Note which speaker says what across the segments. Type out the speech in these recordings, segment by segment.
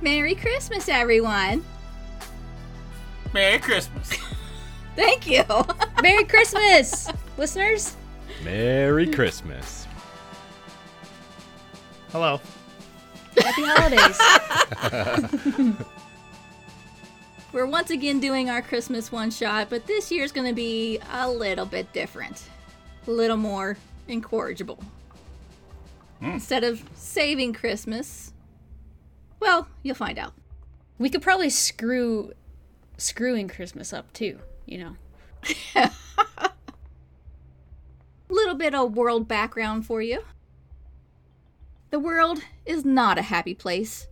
Speaker 1: Merry Christmas, everyone.
Speaker 2: Merry Christmas.
Speaker 1: Thank you.
Speaker 3: Merry Christmas, listeners.
Speaker 4: Merry Christmas.
Speaker 5: Hello.
Speaker 3: Happy holidays.
Speaker 1: We're once again doing our Christmas one shot, but this year's going to be a little bit different, a little more incorrigible. Instead of saving Christmas, well, you'll find out.
Speaker 3: we could probably screw screwing Christmas up too. You know.
Speaker 1: little bit of world background for you. The world is not a happy place.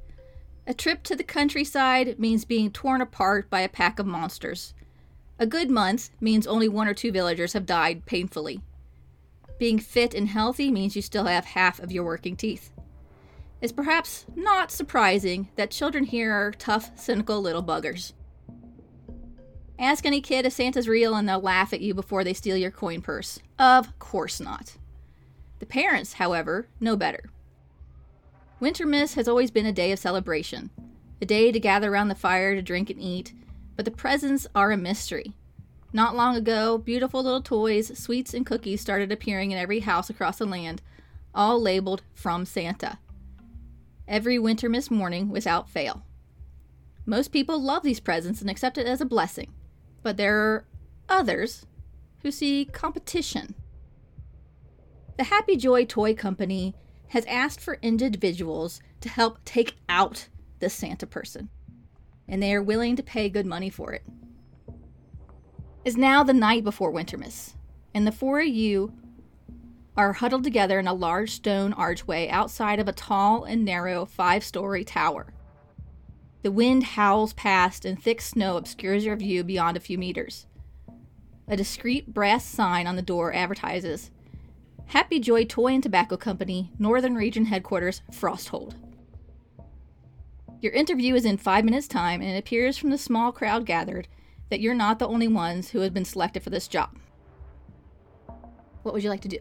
Speaker 1: A trip to the countryside means being torn apart by a pack of monsters. A good month means only one or two villagers have died painfully. Being fit and healthy means you still have half of your working teeth. It's perhaps not surprising that children here are tough, cynical little buggers. Ask any kid if Santa's real and they'll laugh at you before they steal your coin purse. Of course not. The parents, however, know better. Wintermas has always been a day of celebration, a day to gather around the fire to drink and eat, but the presents are a mystery. Not long ago, beautiful little toys, sweets, and cookies started appearing in every house across the land, all labeled from Santa. Every Wintermas morning without fail. Most people love these presents and accept it as a blessing, but there are others who see competition. The Happy Joy Toy Company has asked for individuals to help take out the Santa person, and they are willing to pay good money for it. It's now the night before Wintermas, and the four of you are huddled together in a large stone archway outside of a tall and narrow five story tower. The wind howls past, and thick snow obscures your view beyond a few meters. A discreet brass sign on the door advertises Happy Joy Toy and Tobacco Company, Northern Region Headquarters, Frosthold. Your interview is in five minutes' time, and it appears from the small crowd gathered that you're not the only ones who have been selected for this job. What would you like to do?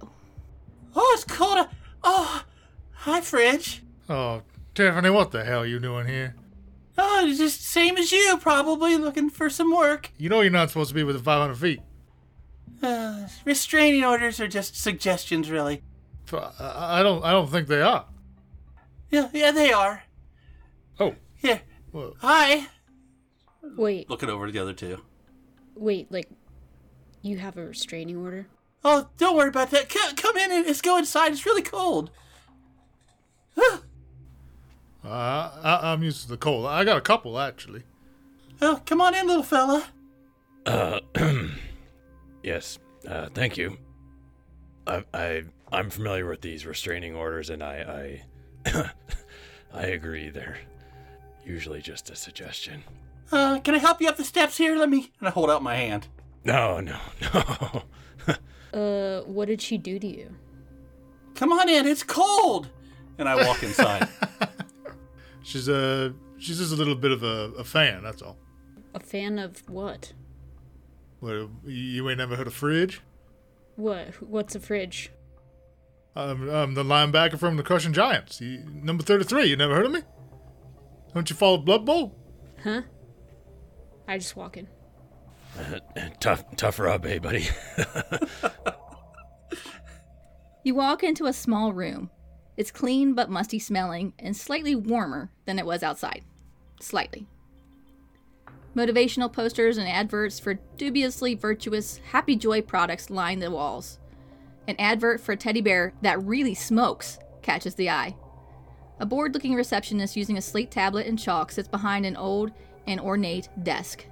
Speaker 2: Oh, it's cold. out- Oh, hi, Fridge.
Speaker 5: Oh, Tiffany, what the hell you doing here?
Speaker 2: Oh, it's just same as you, probably looking for some work.
Speaker 5: You know you're not supposed to be within 500 feet.
Speaker 2: Uh, restraining orders are just suggestions, really.
Speaker 5: F- uh, I I don't. I don't think they are.
Speaker 2: Yeah, yeah, they are.
Speaker 4: Oh,
Speaker 2: Here,
Speaker 5: Well,
Speaker 2: hi.
Speaker 3: Wait,
Speaker 2: Looking over to the other two.
Speaker 3: wait. Like, you have a restraining order.
Speaker 2: Oh, don't worry about that. C- come in and let's go inside. It's really cold.
Speaker 5: uh, I, I'm used to the cold. I got a couple actually.
Speaker 2: Oh, come on in, little fella.
Speaker 4: Uh, yes. Uh, thank you. I, I I'm familiar with these restraining orders, and I I I agree. They're usually just a suggestion.
Speaker 2: Uh, can I help you up the steps here? Let me. And I hold out my hand.
Speaker 4: No, no, no.
Speaker 3: Uh, what did she do to you?
Speaker 2: Come on in. It's cold. And I walk inside.
Speaker 5: She's a. She's just a little bit of a, a fan. That's all.
Speaker 3: A fan of what?
Speaker 5: Well, you ain't never heard of Fridge.
Speaker 3: What? What's a fridge?
Speaker 5: I'm, I'm the linebacker from the Crushing Giants. You, number 33. You never heard of me? Don't you follow Blood Bowl?
Speaker 3: Huh? I just walk in.
Speaker 4: tough tough rub, hey buddy.
Speaker 1: You walk into a small room. It's clean but musty smelling and slightly warmer than it was outside. Slightly. Motivational posters and adverts for dubiously virtuous Happy Joy products line the walls. An advert for a teddy bear that really smokes catches the eye. A bored looking receptionist using a slate tablet and chalk sits behind an old and ornate desk.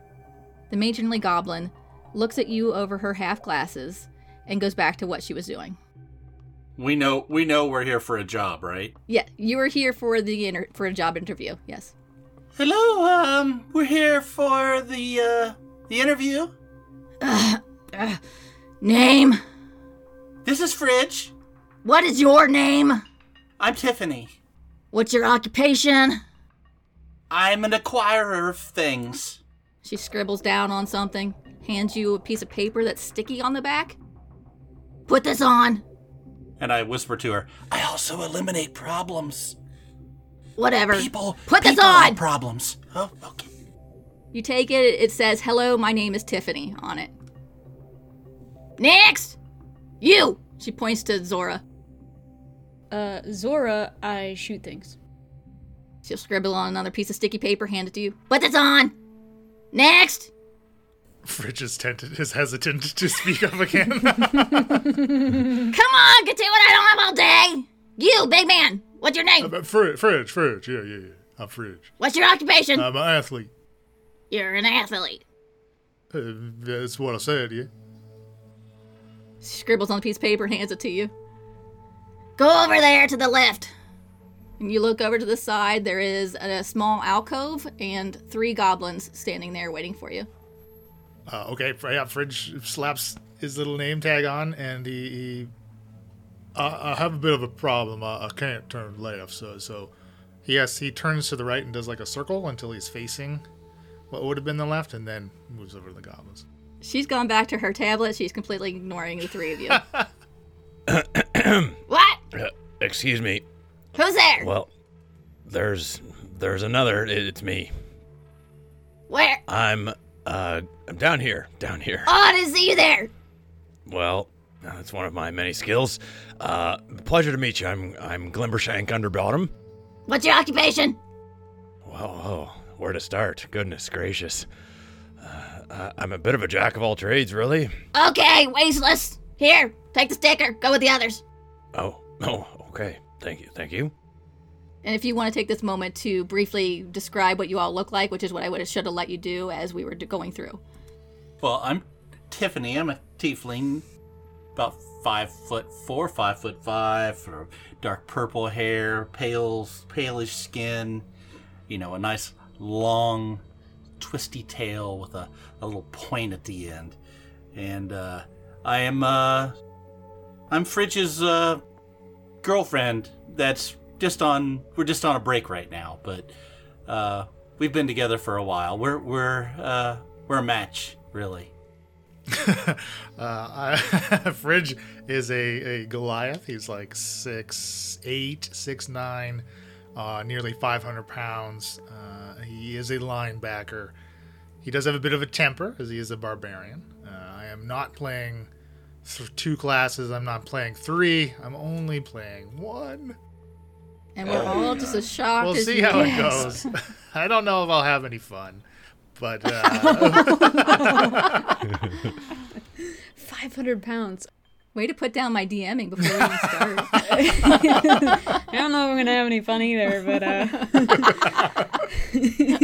Speaker 1: The matronly goblin looks at you over her half glasses and goes back to what she was doing.
Speaker 2: we know. We know we're here for a job, right?
Speaker 1: Yeah, you were here for the inter- for a job interview. Yes.
Speaker 2: Hello. Um, we're here for the uh the interview.
Speaker 1: Name?
Speaker 2: This is Fridge.
Speaker 1: What is your name?
Speaker 2: I'm Tiffany.
Speaker 1: What's your occupation?
Speaker 2: I'm an acquirer of things.
Speaker 1: She scribbles down on something, hands you a piece of paper that's sticky on the back. Put this on.
Speaker 2: And I whisper to her, I also eliminate problems.
Speaker 1: Whatever.
Speaker 2: People.
Speaker 1: Put this
Speaker 2: people have
Speaker 1: on!
Speaker 2: Problems. Oh, okay.
Speaker 1: You take it, it says, Hello, my name is Tiffany on it. Next! You! She points to Zora.
Speaker 3: Uh, Zora, I shoot things.
Speaker 1: She'll scribble on another piece of sticky paper, hand it to you. Put this on! Next!
Speaker 5: Fridge is, tented, is hesitant to speak up again.
Speaker 1: Come on, get to it, I don't have all day! You, big man! What's your name?
Speaker 5: Uh, Fridge, Fridge, Fridge. Yeah, yeah, yeah. I'm Fridge.
Speaker 1: What's your occupation?
Speaker 5: I'm an athlete.
Speaker 1: You're an athlete.
Speaker 5: Uh, that's what I said, yeah.
Speaker 1: She scribbles on the piece of paper and hands it to you. Go over there to the left. And you look over to the side, there is a small alcove and three goblins standing there waiting for you.
Speaker 5: Uh, okay, Fr- yeah, Fridge slaps his little name tag on, and he. he I, I have a bit of a problem. I, I can't turn left, so so. Yes, he turns to the right and does like a circle until he's facing what would have been the left, and then moves over to the goblins.
Speaker 1: She's gone back to her tablet. She's completely ignoring the three of you. what?
Speaker 4: Uh, excuse me.
Speaker 1: Who's there?
Speaker 4: Well, there's there's another. It- it's me.
Speaker 1: Where?
Speaker 4: I'm uh I'm down here, down here.
Speaker 1: Oh, I didn't see you there.
Speaker 4: Well, that's one of my many skills. Uh, pleasure to meet you. I'm I'm Glimbershank Underbottom.
Speaker 1: What's your occupation?
Speaker 4: Well, oh, where to start? Goodness gracious. Uh, I- I'm a bit of a jack of all trades, really.
Speaker 1: Okay, wasteless. Here, take the sticker. Go with the others.
Speaker 4: Oh, oh, okay. Thank you, thank you.
Speaker 1: And if you want to take this moment to briefly describe what you all look like, which is what I would have should have let you do as we were d- going through.
Speaker 2: Well, I'm Tiffany. I'm a tiefling, about five foot four, five foot five, for dark purple hair, pale, palish skin. You know, a nice long, twisty tail with a, a little point at the end. And uh, I am uh, I'm Fridge's uh, girlfriend. That's just on. We're just on a break right now, but uh, we've been together for a while. We're we're uh, we're a match, really.
Speaker 5: Uh, I, Fridge is a, a Goliath. He's like six eight, six nine, uh, nearly five hundred pounds. Uh, he is a linebacker. He does have a bit of a temper, as he is a barbarian. Uh, I am not playing th- two classes. I'm not playing three. I'm only playing one.
Speaker 1: And we're all just as shocked
Speaker 5: We'll
Speaker 1: as
Speaker 5: see
Speaker 1: you
Speaker 5: how it
Speaker 1: guys.
Speaker 5: goes. I don't know if I'll have any fun, but uh,
Speaker 3: 500 pounds.
Speaker 1: Way to put down my DMing before we even start.
Speaker 3: I don't know if I'm gonna have any fun either, but uh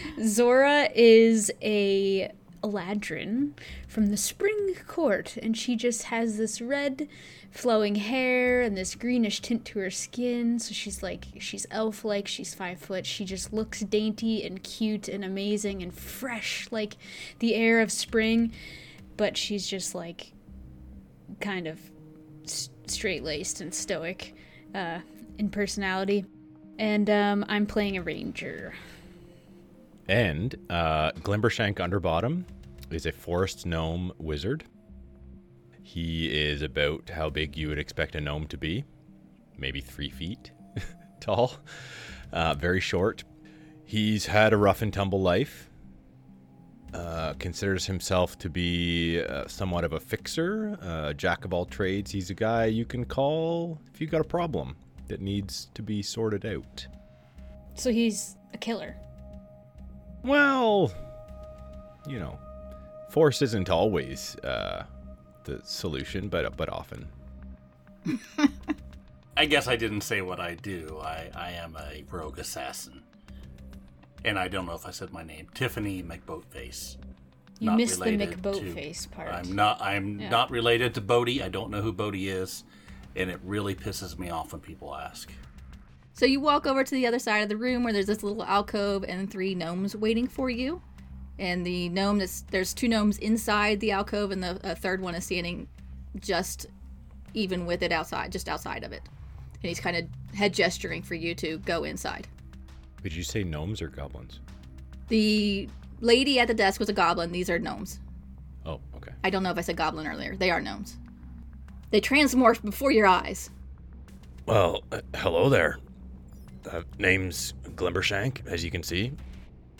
Speaker 3: Zora is a Eladrin from the Spring Court, and she just has this red flowing hair and this greenish tint to her skin. So she's like she's elf like, she's five foot, she just looks dainty and cute and amazing and fresh like the air of spring. But she's just like kind of straight laced and stoic uh, in personality. And um, I'm playing a ranger.
Speaker 6: And uh, Glimbershank Underbottom is a forest gnome wizard. He is about how big you would expect a gnome to be, maybe three feet tall, uh, very short. He's had a rough and tumble life. Uh, considers himself to be uh, somewhat of a fixer, uh, jack of all trades. He's a guy you can call if you've got a problem that needs to be sorted out.
Speaker 3: So he's a killer.
Speaker 6: Well, you know, force isn't always uh, the solution, but but often.
Speaker 2: I guess I didn't say what I do. I, I am a rogue assassin. And I don't know if I said my name. Tiffany McBoatface.
Speaker 3: You
Speaker 2: Not
Speaker 3: missed the
Speaker 2: related to-
Speaker 3: McBoatface part.
Speaker 2: I'm not I'm not related to Bodhi. I don't know who Bodhi is. And it really pisses me off when people ask.
Speaker 1: So you walk over to the other side of the room where there's this little alcove and three gnomes waiting for you. And the gnome that's there's two gnomes inside the alcove, and the uh, third one is standing just even with it outside, just outside of it. And he's kind of head gesturing for you to go inside.
Speaker 6: Would you say gnomes or goblins?
Speaker 1: The lady at the desk was a goblin. These are gnomes.
Speaker 6: Oh, okay.
Speaker 1: I don't know if I said goblin earlier. They are gnomes. They transmorph before your eyes.
Speaker 4: Well, uh, hello there. uh, name's Glimbershank, as you can see.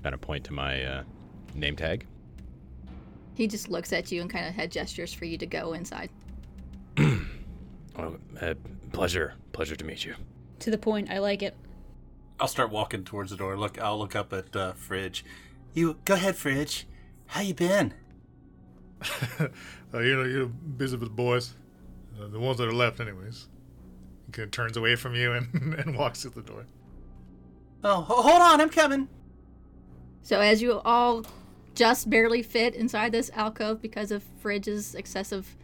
Speaker 6: Kind of point to my uh, name tag.
Speaker 1: He just looks at you and kind of head gestures for you to go inside.
Speaker 4: Oh, uh, pleasure, pleasure to meet you.
Speaker 3: To the point, I like it.
Speaker 2: I'll start walking towards the door. Look, I'll look up at uh, Fridge. You go ahead, Fridge. How you been?
Speaker 5: Uh, you know, you're busy with the boys. Uh, the ones that are left, anyways. He kind of turns away from you and, and walks through the door.
Speaker 2: Oh, ho- hold on, I'm coming.
Speaker 1: So as you all just barely fit inside this alcove because of Fridge's excessive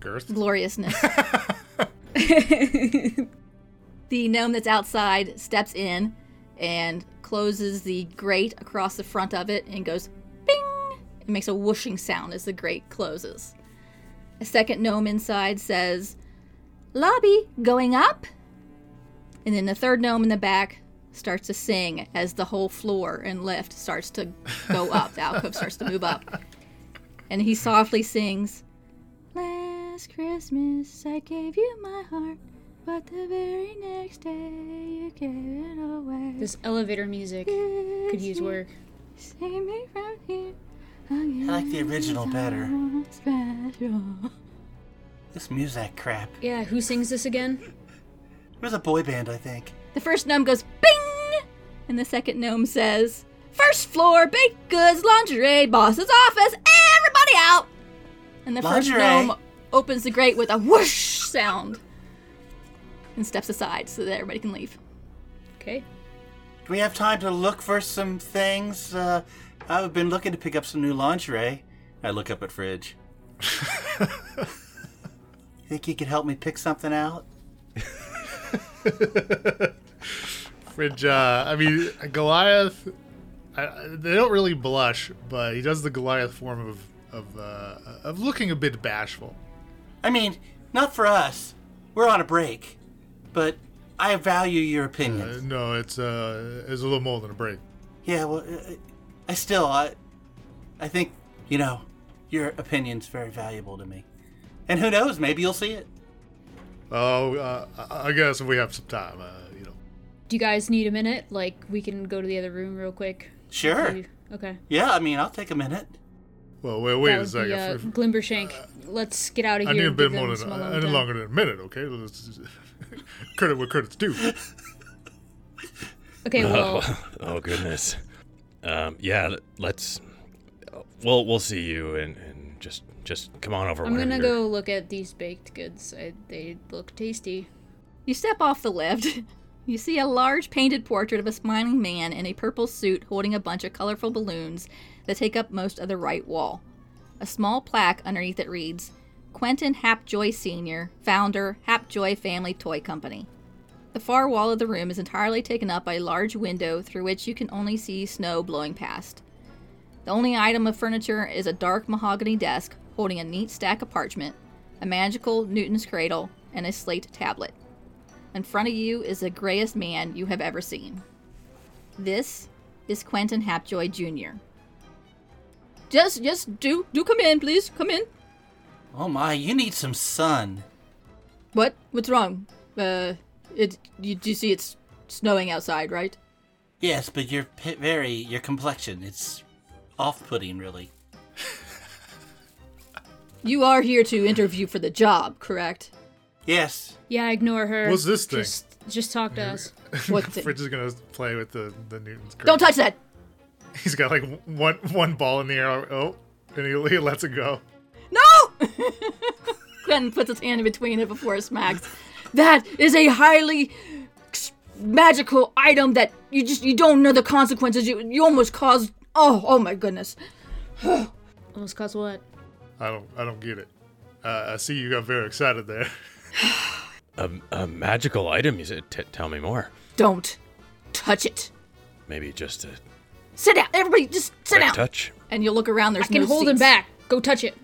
Speaker 5: Girth?
Speaker 1: gloriousness, the gnome that's outside steps in and closes the grate across the front of it and goes bing. It makes a whooshing sound as the grate closes. A second gnome inside says, Lobby going up. And then the third gnome in the back starts to sing as the whole floor and lift starts to go up. The alcove starts to move up. And he softly sings, Last Christmas I gave you my heart, but the very next day you gave it away.
Speaker 3: This elevator music could use work.
Speaker 1: Save me from here. I
Speaker 2: like the original better.
Speaker 1: Special.
Speaker 2: This music crap.
Speaker 3: Yeah, who sings this again?
Speaker 2: It was a boy band, I think.
Speaker 1: The first gnome goes bing, and the second gnome says, First floor, baked goods, lingerie, boss's office, everybody out! And the
Speaker 2: Lingerie.
Speaker 1: first gnome opens the grate with a whoosh sound and steps aside so that everybody can leave.
Speaker 3: Okay.
Speaker 2: Do we have time to look for some things? Uh, I've been looking to pick up some new lingerie. I look up at Fridge. you think you could help me pick something out?
Speaker 5: Fridge, uh, I mean, Goliath, I- I, they don't really blush, but he does the Goliath form of of, uh, of looking a bit bashful.
Speaker 2: I mean, not for us. We're on a break. But I value your
Speaker 5: Uh,
Speaker 2: opinion.
Speaker 5: no, it's uh, it's a little more than a break.
Speaker 2: yeah, well, uh, I still, I, I think, you know, your opinion's very valuable to me. And who knows, maybe you'll see it.
Speaker 5: Oh, uh, I I guess if we have some time, uh, you know.
Speaker 3: Do you guys need a minute? Like, we can go to the other room real quick.
Speaker 2: Sure.
Speaker 3: You- Okay.
Speaker 2: Yeah, I mean, I'll take a minute.
Speaker 5: Well, wait, wait
Speaker 3: That
Speaker 5: a
Speaker 3: would
Speaker 5: second.
Speaker 3: be, uh,
Speaker 5: Fr-
Speaker 3: Glimbershank. Let's get out of
Speaker 5: I
Speaker 3: here.
Speaker 5: need a
Speaker 3: and
Speaker 5: bit
Speaker 3: give them
Speaker 5: more
Speaker 3: some
Speaker 5: than I
Speaker 3: alone
Speaker 5: need
Speaker 3: time.
Speaker 5: longer than a minute, okay? Let's credit where credit's due.
Speaker 3: Okay, well,
Speaker 4: Oh, oh goodness. Um, yeah, l- let's. We'll we'll see you and, and just just come on over.
Speaker 3: I'm
Speaker 4: whenever
Speaker 3: gonna
Speaker 4: you're-
Speaker 3: go look at these baked goods. I, they look tasty.
Speaker 1: You step off the lift. You see a large painted portrait of a smiling man in a purple suit holding a bunch of colorful balloons that take up most of the right wall. A small plaque underneath it reads Quentin Hapjoy Sr., founder, Hapjoy Family Toy Company. The far wall of the room is entirely taken up by a large window through which you can only see snow blowing past. The only item of furniture is a dark mahogany desk holding a neat stack of parchment, a magical Newton's cradle, and a slate tablet. In front of you is the grayest man you have ever seen. This is Quentin Hapjoy Jr. Just, just do, do come in, please, come in.
Speaker 2: Oh my, you need some sun.
Speaker 1: What? What's wrong? Uh, it, you, do you see it's snowing outside, right?
Speaker 2: Yes, but your p- very your complexion it's off-putting, really.
Speaker 1: You are here to interview for the job, correct?
Speaker 2: Yes,
Speaker 3: Yeah, ignore her.
Speaker 5: What's this thing?
Speaker 3: Just, just talk to us.
Speaker 1: What's it?
Speaker 5: Fridge is gonna play with the the Newton's.
Speaker 1: Don't
Speaker 5: cradle.
Speaker 1: touch that.
Speaker 5: He's got like w- one one ball in the air. Oh, and he, he lets it go.
Speaker 1: No! Quentin puts his hand in between it before it smacks. That is a highly ex- magical item that you just you don't know the consequences. You you almost caused oh oh my goodness.
Speaker 3: Almost caused what?
Speaker 5: I don't I don't get it. Uh, I see you got very excited there.
Speaker 4: A, a magical item. You said. T- tell me more.
Speaker 1: Don't touch it.
Speaker 4: Maybe just a
Speaker 1: Sit down, everybody. Just sit
Speaker 4: quick
Speaker 1: down.
Speaker 4: touch.
Speaker 1: And you look around. There's
Speaker 3: I can
Speaker 1: no
Speaker 3: hold him
Speaker 1: seats.
Speaker 3: back. Go touch it.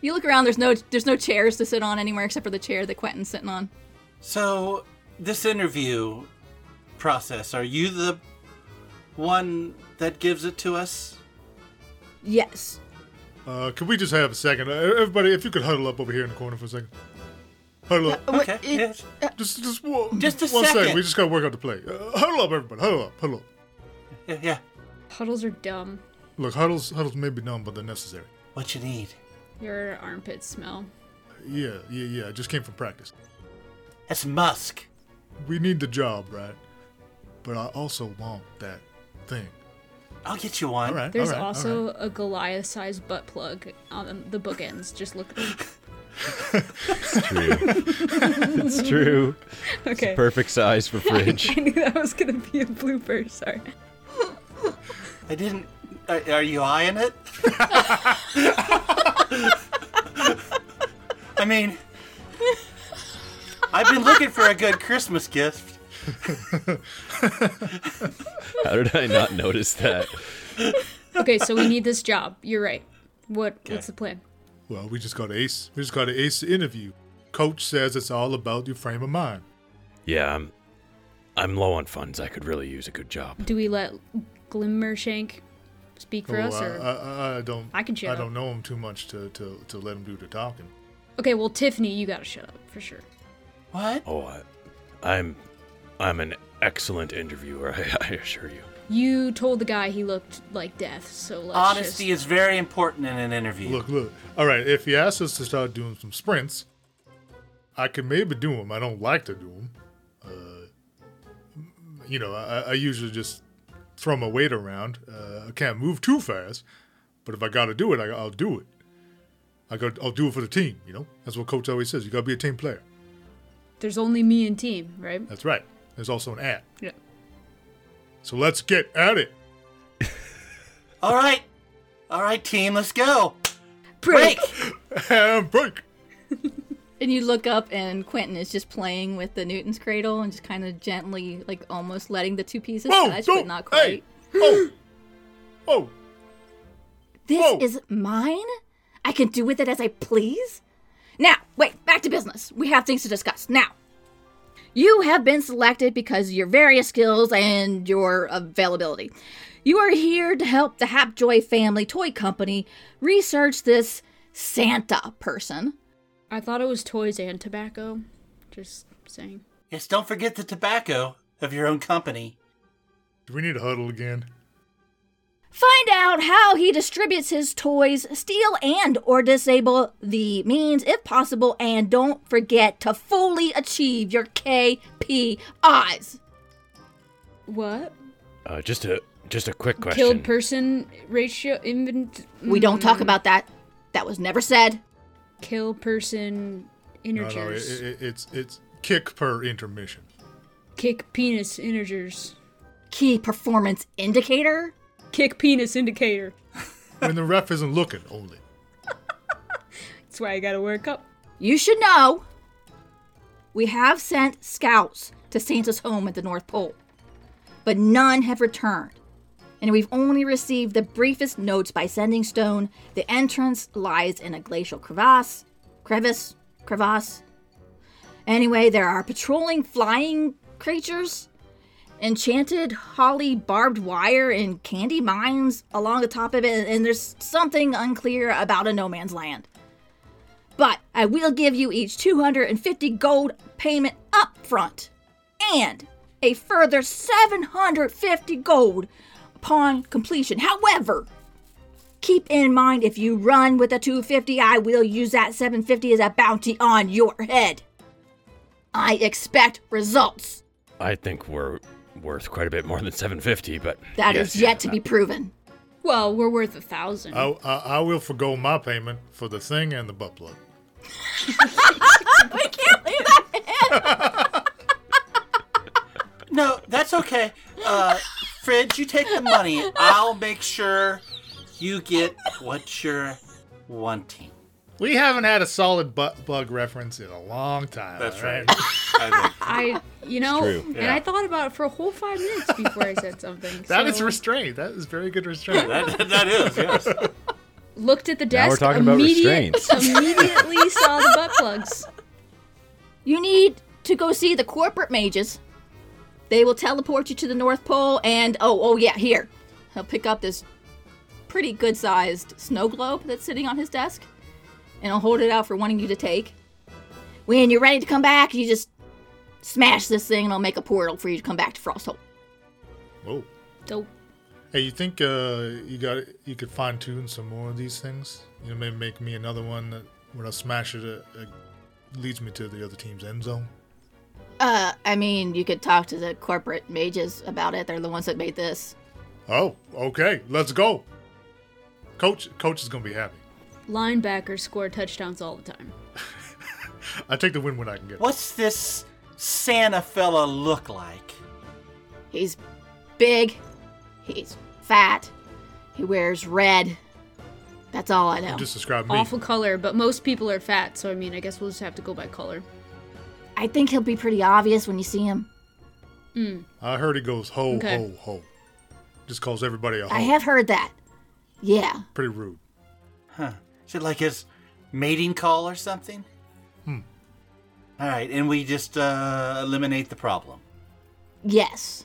Speaker 1: You look around. There's no there's no chairs to sit on anywhere except for the chair that Quentin's sitting on.
Speaker 2: So, this interview process, are you the one that gives it to us?
Speaker 1: Yes.
Speaker 5: Uh, can we just have a second? Uh, Everybody, if you could huddle up over here in the corner for a second. Huddle up.
Speaker 2: Okay.
Speaker 7: What- it-
Speaker 2: yes.
Speaker 5: Just, just one,
Speaker 2: Just a
Speaker 5: one
Speaker 2: second.
Speaker 5: We just gotta work out the play. Uh, huddle up, everybody. Huddle up. Huddle up.
Speaker 2: Yeah, yeah.
Speaker 8: Huddles are dumb.
Speaker 5: Look, huddles, huddles may be numb, but they're necessary.
Speaker 2: What you need?
Speaker 8: Your armpit smell.
Speaker 5: Yeah, yeah, yeah. I just came from practice.
Speaker 2: That's musk.
Speaker 5: We need the job, right? But I also want that thing.
Speaker 2: I'll get you one.
Speaker 5: All right.
Speaker 8: There's
Speaker 5: all right, all
Speaker 8: also
Speaker 5: right.
Speaker 8: a Goliath-sized butt plug on the bookends. Just look.
Speaker 9: True. it's true.
Speaker 8: Okay.
Speaker 9: Perfect size for fridge.
Speaker 8: I knew that was gonna be a blooper. Sorry.
Speaker 2: I didn't. Are, are you eyeing it? I mean, I've been looking for a good Christmas gift.
Speaker 9: How did I not notice that?
Speaker 8: Okay, so we need this job. You're right. What? What's the plan?
Speaker 5: Well, we just got to ace. We just got to ace the interview. Coach says it's all about your frame of mind.
Speaker 6: Yeah, I'm, I'm low on funds. I could really use a good job.
Speaker 8: Do we let Glimmershank speak for
Speaker 5: Oh,
Speaker 8: us,
Speaker 5: I,
Speaker 8: or
Speaker 5: I, I- I don't.
Speaker 8: I can shut
Speaker 5: I
Speaker 8: up.
Speaker 5: don't know him too much to, to, to let him do the talking.
Speaker 8: okay? Well, Tiffany, you gotta shut up for sure.
Speaker 2: What?
Speaker 6: Oh, I, I'm, I'm an excellent interviewer. I, I assure you.
Speaker 8: You told the guy he looked like death, so let's
Speaker 2: Honesty
Speaker 8: just-
Speaker 2: is very important in an interview.
Speaker 5: Look, look. All right, if he asks us to start doing some sprints, I can maybe do them. I don't like to do them. Uh, you know, I, I usually just throw my weight around. Uh, I can't move too fast, but if I got to do it, I, I'll do it. I got, I'll do it for the team. You know, that's what coach always says. You got to be a team player.
Speaker 8: There's only me and team, right?
Speaker 5: That's right. There's also an ad.
Speaker 8: Yeah.
Speaker 5: So let's get at it.
Speaker 2: All right, all right, team, let's go.
Speaker 8: Break.
Speaker 5: And break.
Speaker 1: And you look up, and Quentin is just playing with the Newton's cradle and just kind of gently, like almost letting the two pieces
Speaker 5: Whoa!
Speaker 1: touch,
Speaker 5: don't.
Speaker 1: but not
Speaker 5: hey.
Speaker 1: quite.
Speaker 5: Oh. oh.
Speaker 1: This
Speaker 5: Whoa.
Speaker 1: is mine? I can do with it as I please? Now, wait, back to business. We have things to discuss. Now, you have been selected because of your various skills and your availability. You are here to help the Hapjoy Family Toy Company research this Santa person.
Speaker 8: I thought it was toys and tobacco. Just saying.
Speaker 2: Yes, don't forget the tobacco of your own company.
Speaker 5: Do we need to huddle again?
Speaker 1: Find out how he distributes his toys, steal and or disable the means if possible, and don't forget to fully achieve your KPIs.
Speaker 8: What?
Speaker 6: Uh, just a, just a quick question.
Speaker 8: Killed person ratio invent.
Speaker 1: We don't talk about that. That was never said.
Speaker 8: kill person
Speaker 5: No,
Speaker 8: integers.
Speaker 5: no, it, it, it's it's kick per intermission.
Speaker 8: Kick penis integers.
Speaker 1: Key performance indicator?
Speaker 8: Kick penis indicator.
Speaker 5: when the ref isn't looking, only.
Speaker 8: That's why I gotta work up.
Speaker 1: You should know. We have sent scouts to Santa's home at the North Pole, but none have returned. And we've only received the briefest notes by sending stone. The entrance lies in a glacial crevasse, crevice, crevasse. Anyway, there are patrolling flying creatures, enchanted holly barbed wire, and candy mines along the top of it, and there's something unclear about a no man's land but I will give you each 250 gold payment up front and a further 750 gold upon completion. However, keep in mind if you run with the 250, I will use that 750 as a bounty on your head. I expect results.
Speaker 6: I think we're worth quite a bit more than 750, but
Speaker 1: That is
Speaker 6: yes,
Speaker 1: yet
Speaker 6: yeah,
Speaker 1: to be proven.
Speaker 8: Well, we're worth a thousand.
Speaker 5: I, I I will forgo my payment for the thing and the butt plug.
Speaker 1: we can't leave that
Speaker 2: No, that's okay. Uh, Fridge, you take the money. I'll make sure you get what you're wanting.
Speaker 5: We haven't had a solid butt plug reference in a long time. all
Speaker 2: I think.
Speaker 8: I, you know,
Speaker 9: true.
Speaker 8: and
Speaker 2: Yeah.
Speaker 8: I thought about it for a whole five minutes before I said something.
Speaker 5: That is
Speaker 8: so-
Speaker 5: restraint. That is very good restraint.
Speaker 2: That, that is, yes.
Speaker 8: looked at the
Speaker 9: Now we're
Speaker 8: desk.
Speaker 9: talking about
Speaker 8: immediate- Immediately saw the butt plugs.
Speaker 1: You need to go see the corporate mages. They will teleport you to the North Pole and oh oh yeah, here. He'll pick up this pretty good sized snow globe that's sitting on his desk and he'll hold it out for wanting you to take. When you're ready to come back, you just smash this thing and I'll make a portal for you to come back to Frosthold.
Speaker 5: Whoa.
Speaker 8: Dope.
Speaker 5: Hey, you think uh, you got you could fine tune some more of these things? You know, maybe make me another one that when I smash it, it, it leads me to the other team's end zone.
Speaker 1: Uh, I mean, you could talk to the corporate mages about it. They're the ones that made this.
Speaker 5: Oh, okay, let's go. Coach, coach is gonna be happy.
Speaker 8: Linebackers score touchdowns all the time.
Speaker 5: I take the win when I can get. it.
Speaker 2: What's this Santa fella look like?
Speaker 1: He's big. He's fat. He wears red. That's all I know.
Speaker 5: Just describe me.
Speaker 8: Awful color, but most people are fat, so I mean, I guess we'll just have to go by color.
Speaker 1: I think he'll be pretty obvious when you see him.
Speaker 5: I heard he goes ho
Speaker 8: Okay.
Speaker 5: ho ho. Just calls everybody a ho.
Speaker 2: Oh.
Speaker 1: I have heard that. Yeah.
Speaker 5: Pretty rude.
Speaker 2: Huh. Is it like his mating call or something?
Speaker 5: Hmm.
Speaker 2: All right, and we just uh, eliminate the problem.
Speaker 1: Yes.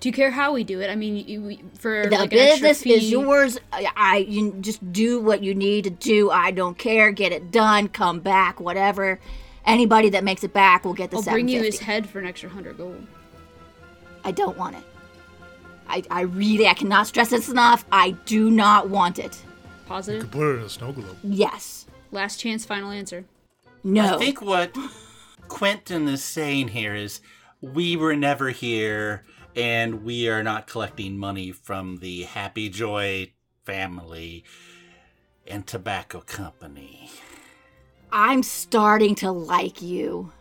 Speaker 8: Do you care how we do it? I mean, you, we- for
Speaker 1: the
Speaker 8: like an extra
Speaker 1: business
Speaker 8: fee-
Speaker 1: is yours. I, I you just do what you need to do. I don't care. Get it done. Come back. Whatever. Anybody that makes it back will get the
Speaker 8: I'll
Speaker 1: seven
Speaker 8: bring you his
Speaker 1: fifty.
Speaker 8: head for an extra hundred gold.
Speaker 1: I don't want it. I, I really I cannot stress this enough. I do not want it.
Speaker 5: You
Speaker 8: Positive.
Speaker 5: could put it in a snow globe.
Speaker 1: Yes.
Speaker 8: Last chance, final answer.
Speaker 1: No.
Speaker 2: I think what Quentin is saying here is we were never here and we are not collecting money from the Happy Joy family and tobacco company.
Speaker 1: I'm starting to like you.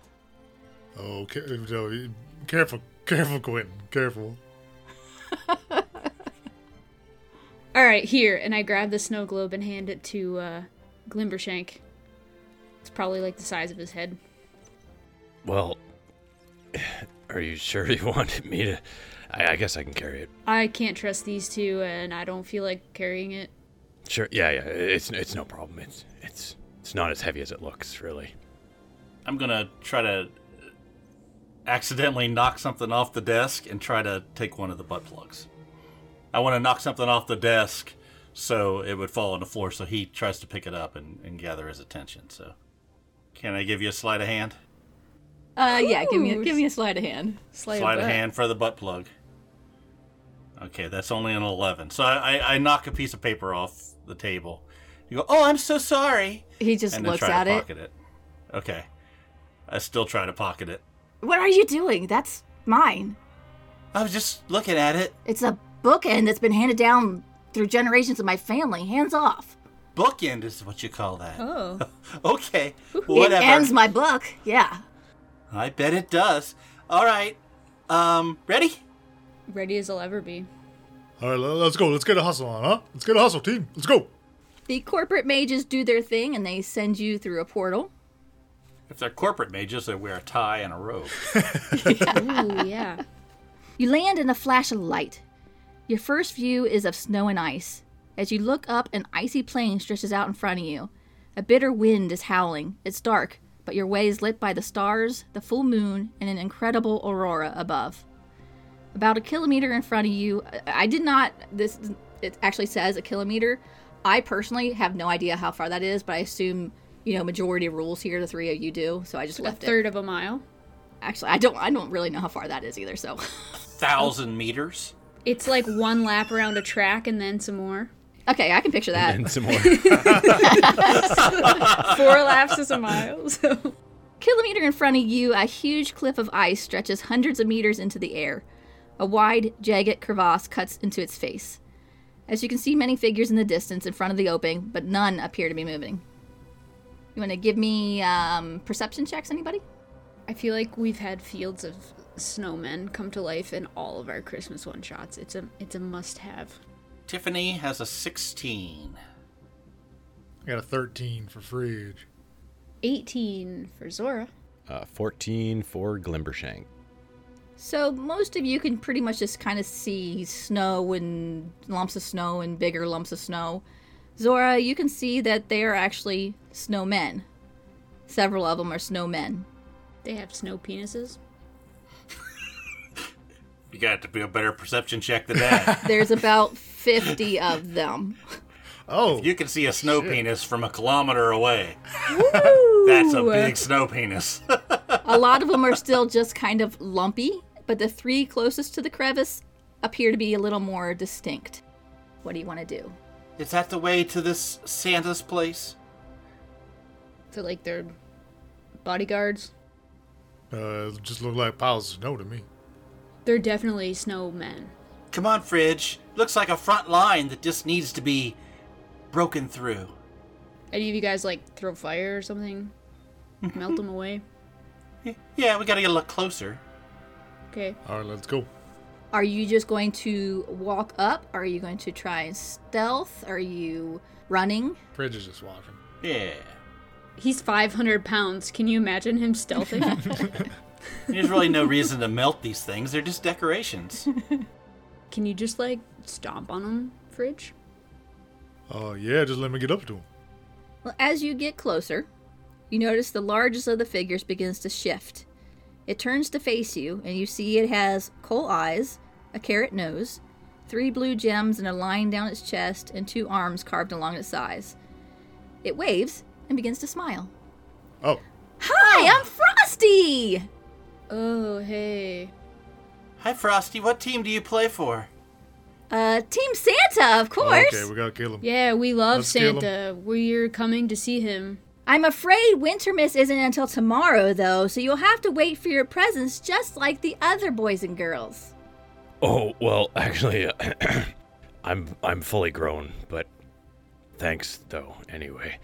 Speaker 5: Oh, ca- no, careful, careful, Quentin, careful.
Speaker 8: All right, here, and I grab the snow globe and hand it to uh, Glimbershank. It's probably like the size of his head.
Speaker 6: Well, are you sure you wanted me to? I, I guess I can carry it.
Speaker 8: I can't trust these two, and I don't feel like carrying it.
Speaker 6: Sure. Yeah, yeah. It's it's no problem. It's it's it's not as heavy as it looks, really.
Speaker 2: I'm gonna try to accidentally knock something off the desk and try to take one of the butt plugs. I want to knock something off the desk so it would fall on the floor. So he tries to pick it up and, and gather his attention. So, can I give you a sleight of hand?
Speaker 1: Uh yeah, give me
Speaker 8: Ooh.
Speaker 1: a, give me a sleight of hand.
Speaker 8: Slide,
Speaker 2: Sleight
Speaker 8: of
Speaker 2: of
Speaker 8: butt.
Speaker 2: hand for the butt plug. Okay, that's only an 11. So I, I, I knock a piece of paper off the table. You go, oh, I'm so sorry.
Speaker 1: He just
Speaker 2: and then
Speaker 1: looks
Speaker 2: try
Speaker 1: at
Speaker 2: to
Speaker 1: it.
Speaker 2: pocket it. Okay. I still try to pocket it.
Speaker 1: What are you doing? That's mine.
Speaker 2: I was just looking at it.
Speaker 1: It's a bookend that's been handed down through generations of my family. Hands off.
Speaker 2: Bookend is what you call that.
Speaker 8: Oh,
Speaker 2: Okay. Whatever.
Speaker 1: It ends my book. Yeah.
Speaker 2: I bet it does. All right. Um, ready?
Speaker 8: ready as I'll ever be.
Speaker 5: All right, le- let's go. Let's get a hustle on, huh? Let's get a hustle, team. Let's go.
Speaker 1: The corporate mages do their thing and they send you through a portal.
Speaker 2: If they're corporate mages, they wear a tie and a robe.
Speaker 8: Ooh, yeah.
Speaker 1: You land in a flash of light. Your first view is of snow and ice. As you look up, an icy plain stretches out in front of you. A bitter wind is howling. It's dark, but your way is lit by the stars, the full moon, and an incredible aurora above. About a kilometer in front of you, I I did not. This it actually says a kilometer. I personally have no idea how far that is, but I assume you know majority rules here. The three of you do, so I just
Speaker 8: A
Speaker 1: left it.
Speaker 8: third of a mile.
Speaker 1: Actually, I don't. I don't really know how far that is either. So.
Speaker 2: Thousand meters.
Speaker 8: It's like one lap around a track and then some more.
Speaker 1: Okay, I can picture that.
Speaker 10: And some more.
Speaker 8: Four laps is a mile. So
Speaker 1: Kilometer in front of you, a huge cliff of ice stretches hundreds of meters into the air. A wide, jagged crevasse cuts into its face. As you can see, many figures in the distance in front of the opening, but none appear to be moving. You want to give me um, perception checks, anybody?
Speaker 8: I feel like we've had fields of snowmen come to life in all of our Christmas one shots. It's a it's a must have.
Speaker 2: Tiffany has a 16.
Speaker 5: I got a 13 for fridge.
Speaker 8: 18 for Zora.
Speaker 10: Uh, 14 for Glimbershank.
Speaker 1: So most of you can pretty much just kind of see snow and lumps of snow and bigger lumps of snow. Zora, you can see that they are actually snowmen. Several of them are snowmen.
Speaker 8: They have snow penises.
Speaker 2: You got to be a better perception check than that.
Speaker 1: There's about 50 of them.
Speaker 5: Oh,
Speaker 2: You can see a snow
Speaker 5: Shit.
Speaker 2: penis from a kilometer away.
Speaker 3: Woo!
Speaker 2: That's a big snow penis.
Speaker 1: A lot of them are still just kind of lumpy, but the three closest to the crevice appear to be a little more distinct. What do you want to do?
Speaker 2: Is that the way to this Santa's place?
Speaker 3: They're like their bodyguards.
Speaker 5: uh, just look like piles of snow to me.
Speaker 3: They're definitely snowmen.
Speaker 2: Come on, Fridge. Looks like a front line that just needs to be broken through.
Speaker 3: Any of you guys like throw fire or something? Melt them away?
Speaker 2: Y- Yeah, we gotta get a lot closer.
Speaker 3: Okay.
Speaker 5: All right, let's go.
Speaker 1: Are you just going to walk up? Are you going to try and stealth? Are you running?
Speaker 5: Fridge is just walking.
Speaker 2: Yeah.
Speaker 3: He's 500 pounds. Can you imagine him stealthing?
Speaker 2: There's really no reason to melt these things. They're just decorations.
Speaker 3: Can you just like stomp on him, Fridge?
Speaker 5: Oh yeah, just let me get up to him.
Speaker 1: Well, as you get closer, you notice the largest of the figures begins to shift. It turns to face you, and you see it has coal eyes, a carrot nose, three blue gems in a line down its chest, and two arms carved along its sides. It waves and begins to smile.
Speaker 5: Oh,
Speaker 1: Hi, I'm Frosty!
Speaker 3: Oh, hey.
Speaker 2: Hi, Frosty. What team do you play for?
Speaker 1: Uh, Team Santa, of course!
Speaker 5: okay, we gotta kill him.
Speaker 3: Yeah, we love
Speaker 5: Let's kill him.
Speaker 3: Santa. We're coming to see him.
Speaker 1: I'm afraid Wintermas isn't until tomorrow, though, so you'll have to wait for your presents just like the other boys and girls.
Speaker 4: Oh well, actually, I'm I'm fully grown, but thanks though. Anyway,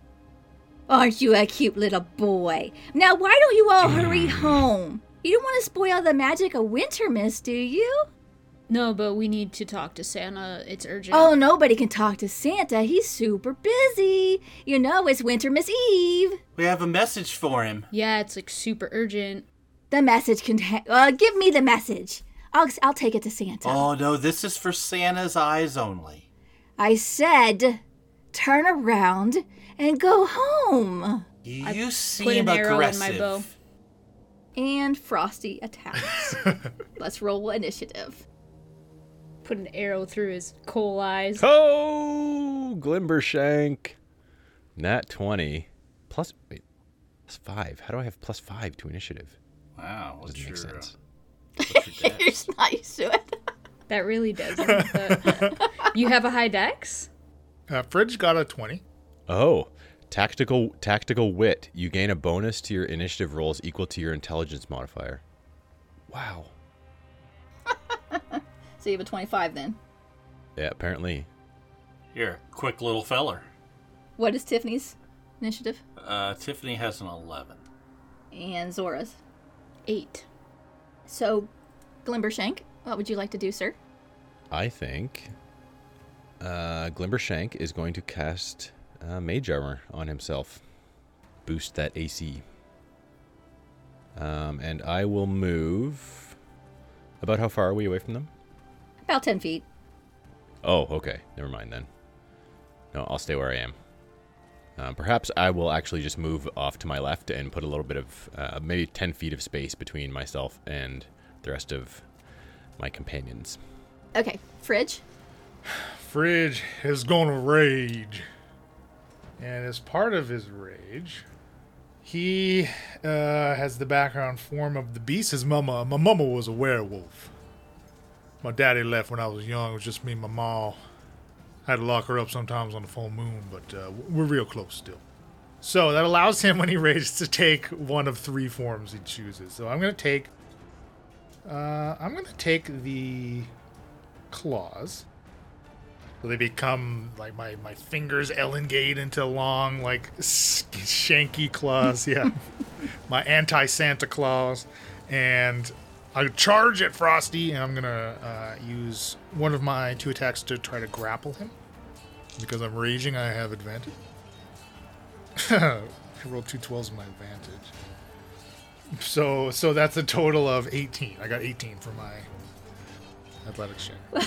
Speaker 1: Aren't you a cute little boy? Now, why don't you all hurry home? You don't want to spoil the magic of winter mist, do you?
Speaker 3: No, but we need to talk to Santa. It's urgent.
Speaker 1: Oh, nobody can talk to Santa. He's super busy. You know, it's winter miss Eve.
Speaker 2: We have a message for him.
Speaker 3: Yeah, it's like super urgent.
Speaker 1: The message can. Ha- uh, give me the message. I'll, I'll take it to Santa.
Speaker 2: Oh no, this is for Santa's eyes only.
Speaker 1: I said, turn around and go home.
Speaker 2: You
Speaker 3: I put
Speaker 2: seem
Speaker 3: an arrow in my
Speaker 2: aggressive.
Speaker 3: bow.
Speaker 1: And Frosty attacks. Let's roll initiative.
Speaker 3: Put an arrow through his coal eyes.
Speaker 6: Oh, Glimbershank. Nat 20. Plus, wait, plus five. How do I have plus five to initiative?
Speaker 2: Wow, what's your,
Speaker 6: Doesn't
Speaker 2: uh,
Speaker 6: make sense.
Speaker 2: what's your dex?
Speaker 1: Here's not used to it.
Speaker 3: That really doesn't. but- you have a high dex?
Speaker 5: Uh, Fridge got a twenty.
Speaker 6: Oh, tactical tactical wit. You gain a bonus to your initiative rolls equal to your intelligence modifier. Wow.
Speaker 1: So you have a 25 then.
Speaker 6: Yeah, apparently.
Speaker 2: You're a quick little feller.
Speaker 1: What is Tiffany's initiative?
Speaker 2: Uh, Tiffany has an eleven.
Speaker 1: and Zora's.
Speaker 3: Eight.
Speaker 1: So, Glimbershank, what would you like to do, sir?
Speaker 6: I think uh, Glimbershank is going to cast uh, Mage Armor on himself. Boost that AC. Um, and I will move. About how far are we away from them?
Speaker 1: About 10 feet.
Speaker 6: Oh, okay. Never mind then. No, I'll stay where I am. Um, perhaps I will actually just move off to my left and put a little bit of, uh, maybe 10 feet of space between myself and the rest of my companions.
Speaker 1: Okay, Fridge.
Speaker 5: Fridge is gonna rage, and as part of his rage, he uh, has the background form of the beast. His mama, my mama was a werewolf. My daddy left when I was young. It was just me and my mom. I had to lock her up sometimes on the full moon, but uh, we're real close still. So that allows him, when he rages, to take one of three forms he chooses. So I'm gonna take, uh, I'm gonna take the claws. So they become like my my fingers elongate into long like s- shanky claws. Yeah, my anti Santa Claus, and I charge at Frosty, and I'm gonna uh, use one of my two attacks to try to grapple him because I'm raging. I have advantage. I rolled two 12s in my advantage. So so that's a total of 18. I got 18 for my athletic check.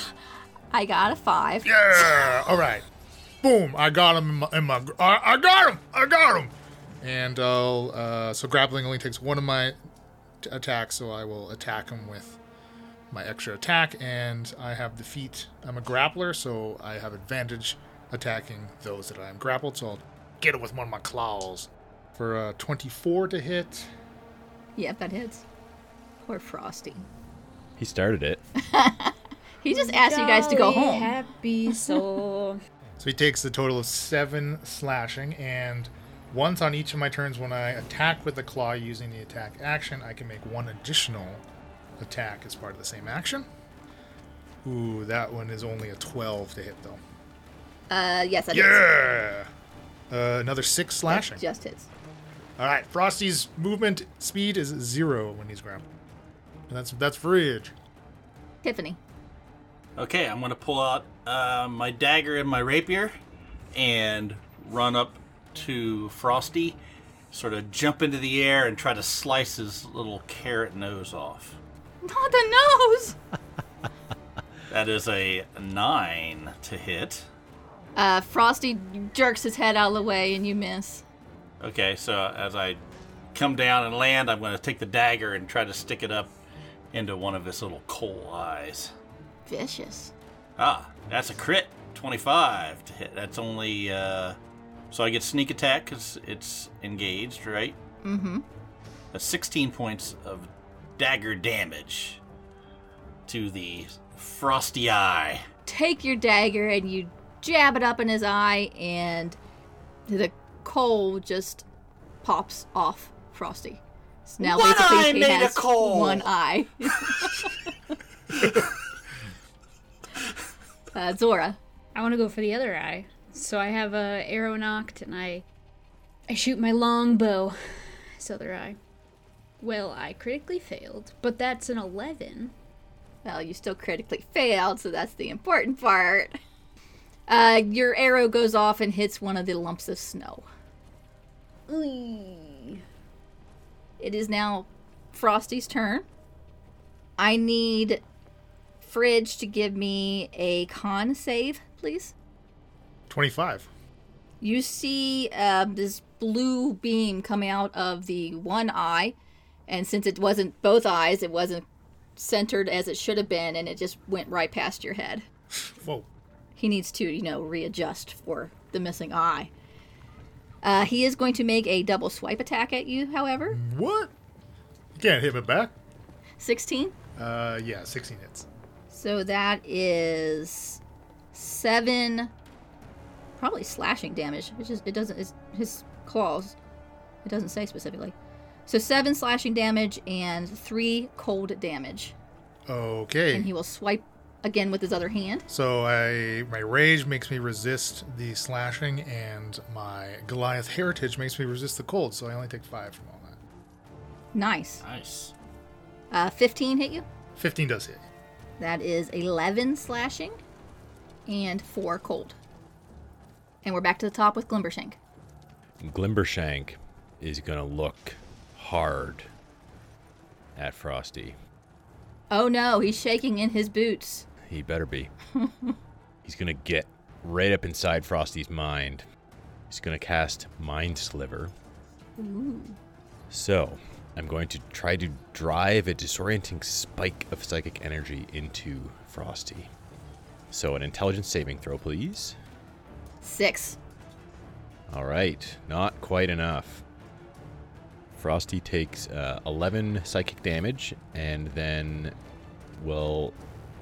Speaker 1: I got a 5.
Speaker 5: Yeah. All right. Boom. I got him in my. In my gr- I, I got him. I got him. And I'll. Uh, so grappling only takes one of my t- attacks, so I will attack him with my extra attack. And I have the feat. I'm a grappler, so I have advantage attacking those that I am grappled. So I'll get it with one of my claws for uh, 24 to hit.
Speaker 1: Yep, that hits. Poor Frosty.
Speaker 6: He started it.
Speaker 1: He just asked you guys to go
Speaker 3: Jolly
Speaker 1: home.
Speaker 3: Happy soul.
Speaker 5: So he takes a total of seven slashing, and once on each of my turns when I attack with the claw using the attack action, I can make one additional attack as part of the same action. Ooh, that one is only a 12 to hit though.
Speaker 1: uh, yes, that hits.
Speaker 5: Yeah! Uh, another six slashing.
Speaker 1: Just hits.
Speaker 5: All right, Frosty's movement speed is zero when he's grappled. And that's that's Ridge.
Speaker 1: Tiffany.
Speaker 2: Okay, I'm gonna pull out uh, my dagger and my rapier and run up to Frosty, sort of jump into the air and try to slice his little carrot nose off.
Speaker 1: Not the nose!
Speaker 2: That is a nine to hit.
Speaker 1: Uh, Frosty jerks his head out of the way and you miss.
Speaker 2: Okay, so as I come down and land, I'm gonna take the dagger and try to stick it up into one of his little coal eyes.
Speaker 1: Vicious.
Speaker 2: Ah, that's a crit. 25 to hit. That's only, uh, so I get sneak attack because it's engaged, right? Mm-hmm. That's 16 points of dagger damage to the frosty eye.
Speaker 1: Take your dagger and you jab it up in his eye, and the coal just pops off Frosty. So now
Speaker 2: One
Speaker 1: basically
Speaker 2: eye
Speaker 1: he
Speaker 2: made a
Speaker 1: has
Speaker 2: coal.
Speaker 1: one eye. uh, Zora.
Speaker 3: I want to go for the other eye. So I have a arrow knocked and I I shoot my long bow. This other eye. Well, I critically failed, but that's an 11.
Speaker 1: Well, you still critically failed, so that's the important part. Uh, your arrow goes off and hits one of the lumps of snow.
Speaker 3: Ooh.
Speaker 1: It is now Frosty's turn. I need Fridge to give me a con save, please.
Speaker 5: 25.
Speaker 1: You see um, this blue beam coming out of the one eye, and since it wasn't both eyes, it wasn't centered as it should have been, and it just went right past your head.
Speaker 5: Whoa.
Speaker 1: He needs to, you know, readjust for the missing eye. Uh, he is going to make a double swipe attack at you, however.
Speaker 5: What? You can't hit me back.
Speaker 1: 16.
Speaker 5: Uh, yeah, 16 hits.
Speaker 1: So that is seven, probably slashing damage. It just it doesn't it's his claws. It doesn't say specifically. So seven slashing damage and three cold damage,
Speaker 5: Okay.
Speaker 1: and he will swipe again with his other hand.
Speaker 5: So I my rage makes me resist the slashing, and my Goliath heritage makes me resist the cold. So I only take five from all that.
Speaker 1: Nice.
Speaker 2: Nice.
Speaker 1: Uh, Fifteen hit you.
Speaker 5: Fifteen does hit.
Speaker 1: That is eleven slashing, and four cold. And we're back to the top with Glimbershank.
Speaker 6: Glimbershank is going to look hard at Frosty.
Speaker 1: Oh no, he's shaking in his boots.
Speaker 6: He better be. He's going to get right up inside Frosty's mind. He's going to cast Mind Sliver. So, I'm going to try to drive a disorienting spike of psychic energy into Frosty. So, an intelligence saving throw, please.
Speaker 1: Six.
Speaker 6: All right, not quite enough. Frosty takes uh, 11 psychic damage and then will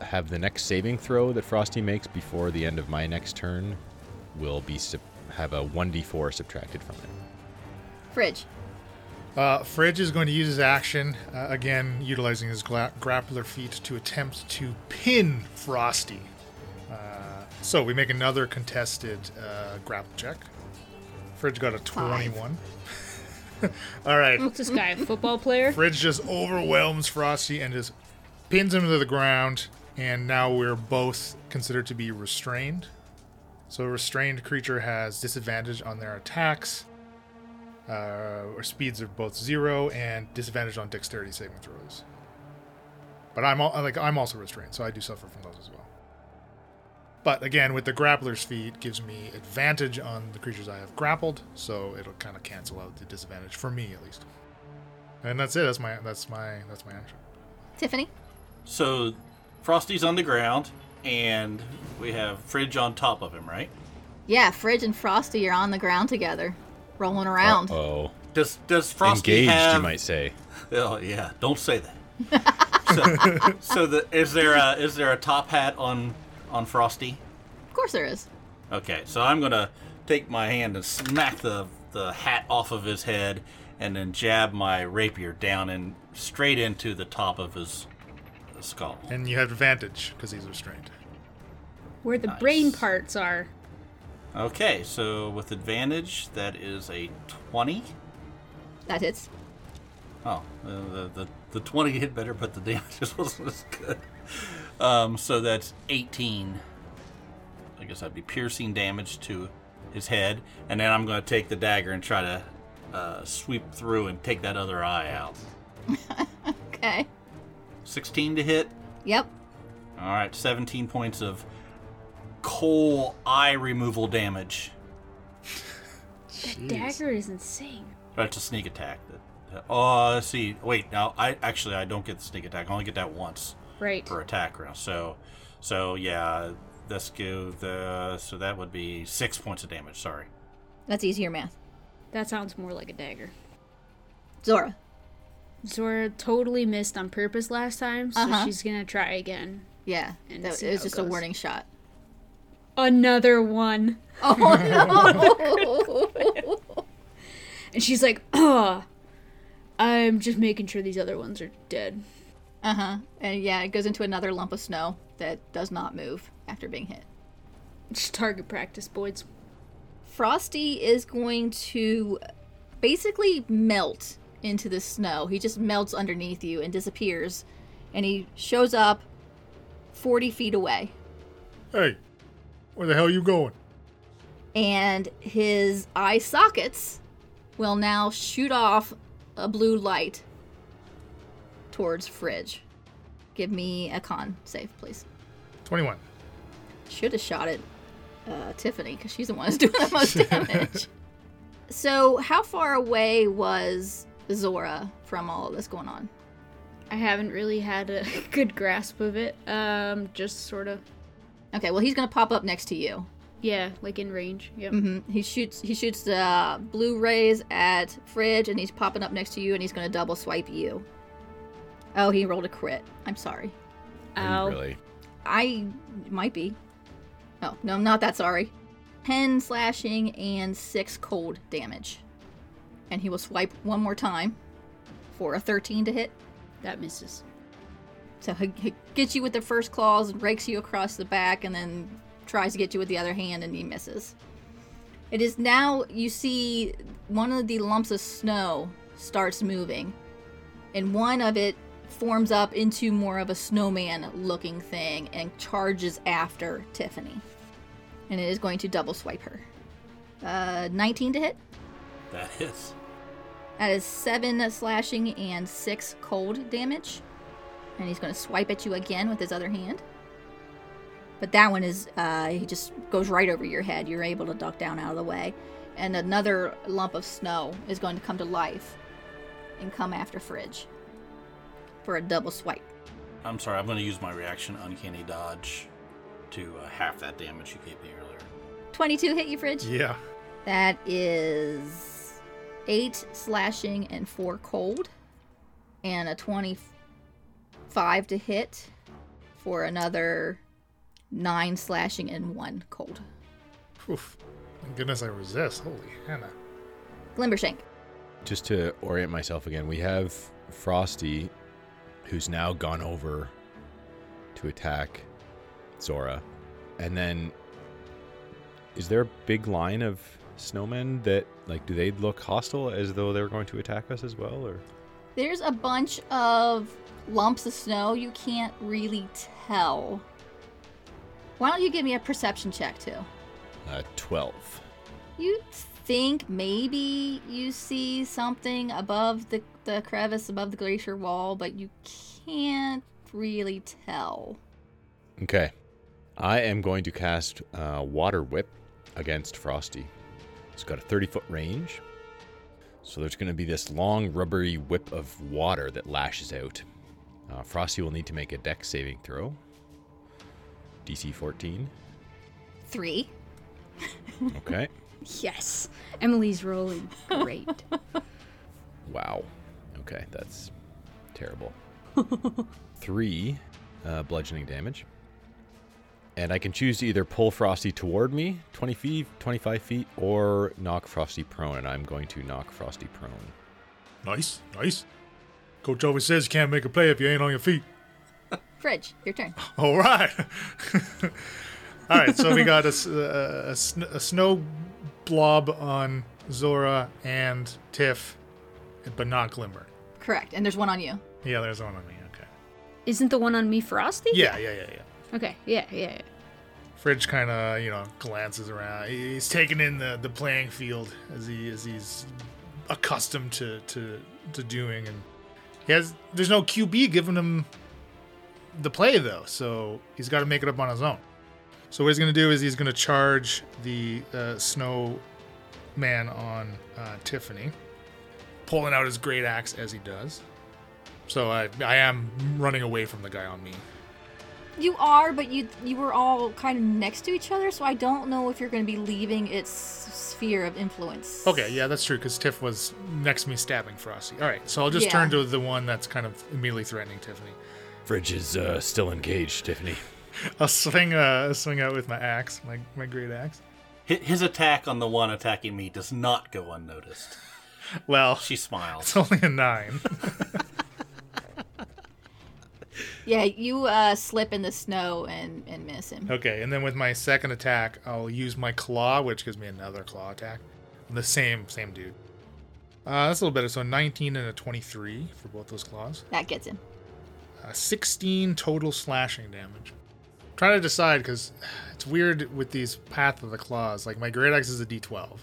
Speaker 6: have the next saving throw that Frosty makes before the end of my next turn will be sub- have a 1d4 subtracted from it.
Speaker 1: Fridge.
Speaker 5: Uh, Fridge is going to use his action uh, again, utilizing his gla- grappler feat to attempt to pin Frosty. Uh, so we make another contested uh, grapple check. Fridge got a twenty-one. all right.
Speaker 3: What's this guy, a football player?
Speaker 5: Fridge just overwhelms Frosty and just pins him to the ground, and now we're both considered to be restrained. So a restrained creature has disadvantage on their attacks, uh, or speeds are both zero, and disadvantage on dexterity saving throws. But I'm all, like I'm also restrained, so I do suffer from those as well. But again, with the grappler's feat, gives me advantage on the creatures I have grappled, so it'll kind of cancel out the disadvantage for me at least. And that's it. That's my that's my that's my action.
Speaker 1: Tiffany.
Speaker 2: So Frosty's on the ground and we have Fridge on top of him, right?
Speaker 1: Yeah, Fridge and Frosty are on the ground together, rolling around.
Speaker 6: Oh,
Speaker 2: Does does Frosty
Speaker 6: engaged,
Speaker 2: have?
Speaker 6: you might say.
Speaker 2: Oh yeah, don't say that. so, so the, is there a is there a top hat on on Frosty?
Speaker 1: Of course there is.
Speaker 2: Okay, so I'm gonna take my hand and smack the the hat off of his head, and then jab my rapier down and straight into the top of his skull.
Speaker 5: And you have advantage because he's restrained.
Speaker 3: Where the brain parts are.
Speaker 2: Okay, so with advantage, that is a twenty.
Speaker 1: That hits.
Speaker 2: Oh, uh, the, the the twenty hit better, but the damage just wasn't as good. Um, so that's eighteen. I guess that'd be piercing damage to his head, and then I'm going to take the dagger and try to uh, sweep through and take that other eye out.
Speaker 1: Okay.
Speaker 2: Sixteen to hit.
Speaker 1: Yep.
Speaker 2: All right, seventeen points of coal eye removal damage.
Speaker 3: That
Speaker 5: Jeez.
Speaker 3: dagger is insane.
Speaker 2: That's a sneak attack. Oh, let's see. Wait, now I actually I don't get the sneak attack. I only get that once.
Speaker 3: Right.
Speaker 2: per attack round. So, so yeah, let's give the so that would be six points of damage. Sorry.
Speaker 1: That's easier math.
Speaker 3: That sounds more like a dagger.
Speaker 1: Zora.
Speaker 3: Zora totally missed on purpose last time, so
Speaker 1: Uh-huh.
Speaker 3: she's gonna try again.
Speaker 1: Yeah.
Speaker 3: And
Speaker 1: That,
Speaker 3: see
Speaker 1: it was
Speaker 3: how it
Speaker 1: just a
Speaker 3: goes.
Speaker 1: warning shot.
Speaker 3: Another one.
Speaker 1: Oh
Speaker 8: Oh,
Speaker 1: no!
Speaker 3: And she's like, oh, I'm just making sure these other ones are dead.
Speaker 1: uh huh. And yeah, it goes into another lump of snow that does not move after being hit.
Speaker 3: Just target practice, boys.
Speaker 1: Frosty is going to basically melt into the snow. He just melts underneath you and disappears, and he shows up 40 feet away.
Speaker 5: Hey, where the hell you going?
Speaker 1: And his eye sockets will now shoot off a blue light towards Fridge. Give me a con save, please.
Speaker 5: 21.
Speaker 1: Should have shot at uh, Tiffany because she's the one who's doing the most damage. so, how far away was Zora from all of this going on?
Speaker 3: I haven't really had a good grasp of it. Um, just sort of,
Speaker 1: Okay, well he's gonna pop up next to you.
Speaker 3: yeah, like in range. Yep.
Speaker 8: Mm.
Speaker 1: hmm He shoots. He shoots the blue rays at Fridge, and he's popping up next to you, and he's gonna double swipe you. Oh, he rolled a crit. I'm sorry.
Speaker 3: Ow.
Speaker 6: Really.
Speaker 1: I might be. Oh no, I'm not that sorry. Ten slashing and six cold damage, and he will swipe one more time for a 13 to hit.
Speaker 3: That misses.
Speaker 1: So he, he gets you with the first claws and rakes you across the back, and then tries to get you with the other hand, and he misses. It is now you see one of the lumps of snow starts moving, and one of it forms up into more of a snowman looking thing and charges after Tiffany. And it is going to double swipe her. Uh, 19 to hit.
Speaker 2: That is.
Speaker 1: That is seven slashing and six cold damage. And he's going to swipe at you again with his other hand. But that one is, uh, he just goes right over your head. You're able to duck down out of the way. And another lump of snow is going to come to life and come after Fridge for a double swipe.
Speaker 2: I'm sorry. I'm going to use my reaction uncanny dodge to uh, half that damage you gave me earlier.
Speaker 1: 22 hit you, Fridge?
Speaker 5: Yeah.
Speaker 1: That is eight slashing and four cold, and a 25 to hit for another nine slashing and one cold.
Speaker 5: Oof. Thank goodness I resist. Holy Hannah.
Speaker 1: Glimbershank.
Speaker 6: Just to orient myself again, we have Frosty, who's now gone over to attack Zora, and then is there a big line of snowmen that like do they look hostile as though they're going to attack us as well, or
Speaker 1: There's a bunch of lumps of snow you can't really tell. Why don't you give me a perception check, too?
Speaker 6: uh, twelve?
Speaker 1: You think maybe you see something above the, the crevice above the glacier wall, but you can't really tell.
Speaker 6: Okay. I am going to cast uh, Water Whip against Frosty. It's got a 30 foot range. So there's going to be this long, rubbery whip of water that lashes out. Uh, Frosty will need to make a deck saving throw. DC 14.
Speaker 1: Three.
Speaker 6: Okay.
Speaker 8: Yes. Emily's rolling great.
Speaker 6: Wow. Okay, that's terrible. Three uh, bludgeoning damage. And I can choose to either pull Frosty toward me, 20 feet, 25 feet, or knock Frosty prone, and I'm going to knock Frosty prone.
Speaker 5: Nice, nice. Coach always says you can't make a play if you ain't on your feet.
Speaker 1: Fridge, your turn.
Speaker 5: All right. All right, so we got a, s- a- a sn- a snow blob on Zora and Tiff, but not Glimmer.
Speaker 1: Correct. And there's one on you.
Speaker 5: Yeah, there's one on me. Okay.
Speaker 8: Isn't the one on me frosty?
Speaker 5: Yeah, yeah, yeah, yeah.
Speaker 8: Okay. Yeah, yeah. yeah.
Speaker 5: Fridge kind of, you know, glances around. He- He's taking in the, the playing field as he as he's accustomed to, to to doing, and he has. There's no QB giving him the play though, so he's got to make it up on his own. So what he's gonna do is he's gonna charge the uh, snow man on uh, Tiffany, pulling out his great axe as he does. So I I am running away from the guy on me.
Speaker 1: You are, but you you were all kind of next to each other, so I don't know if you're going to be leaving its sphere of influence.
Speaker 5: Okay, yeah, that's true because Tiff was next to me stabbing Frosty. All right, so I'll just
Speaker 1: Yeah.
Speaker 5: turn to the one that's kind of immediately threatening Tiffany.
Speaker 11: Fridge is uh, still engaged, Tiffany.
Speaker 5: I'll swing, uh, swing out with my axe, my my great axe.
Speaker 2: Hi- His attack on the one attacking me does not go unnoticed.
Speaker 5: Well,
Speaker 2: She smiles.
Speaker 5: it's only a nine.
Speaker 1: Yeah, you uh, slip in the snow and and miss him.
Speaker 5: okay, and then with my second attack, I'll use my claw, which gives me another claw attack. The same same dude. Uh, that's a little better. So 19 and a 23 for both those claws.
Speaker 1: That gets him.
Speaker 5: Uh, 16 total slashing damage. trying to decide because it's weird with these Path of the Claws. Like, my Great Axe is a d12.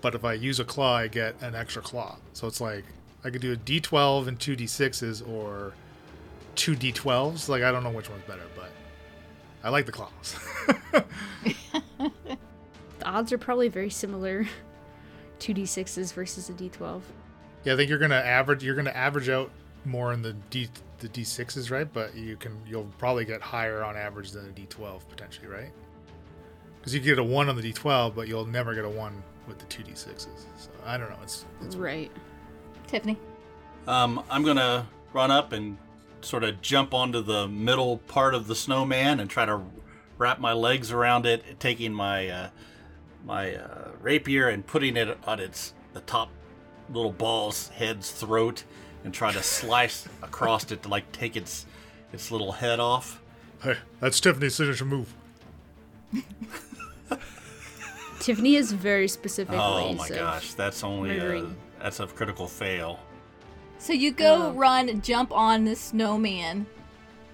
Speaker 5: But if I use a claw, I get an extra claw. So it's like I could do a d12 and two d6s or two d12s. Like, I don't know which one's better, but I like the claws.
Speaker 8: The odds are probably very similar. 2d6s versus a d12.
Speaker 5: yeah, I think you're gonna average. You're gonna average out more in the d the d6s, right? But you can you'll probably get higher on average than a d12 potentially, right? Because you get a one on the d12, but you'll never get a one with the two d6s. So I don't know. It's
Speaker 8: right.
Speaker 1: Tiffany.
Speaker 2: Um, I'm gonna run up and sort of jump onto the middle part of the snowman and try to wrap my legs around it, taking my uh, my uh, rapier and putting it on its the top little ball's head's throat and try to slice across it to like take its its little head off.
Speaker 5: hey, that's Tiffany's signature move.
Speaker 8: Tiffany is very specific
Speaker 2: Oh
Speaker 8: ways
Speaker 2: my
Speaker 8: of-
Speaker 2: gosh, that's only a,
Speaker 8: murdering.
Speaker 2: that's a critical fail.
Speaker 1: So you go
Speaker 8: Oh.
Speaker 1: run, jump on the snowman,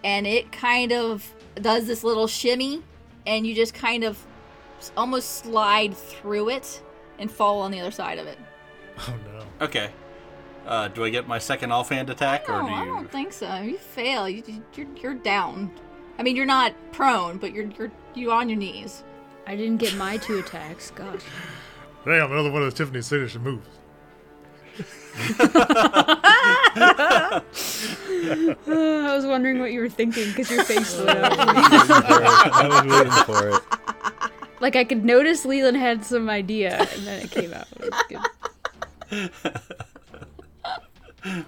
Speaker 1: and it kind of does this little shimmy, and you just kind of s- almost slide through it and fall on the other side of it.
Speaker 5: Oh no.
Speaker 2: Okay. Uh, do I get my second offhand attack,
Speaker 1: No,
Speaker 2: or do you?
Speaker 1: I don't think so. You fail. You, you- you're, you're down. I mean, you're not prone, but you're you're you on your knees.
Speaker 8: I didn't get my two attacks. Gosh.
Speaker 5: Damn, another one of Tiffany's signature moves.
Speaker 8: I was wondering what you were thinking because your face lit up.
Speaker 6: I was waiting for it.
Speaker 8: Like I could notice Leland had some idea, and then it came out. It was good.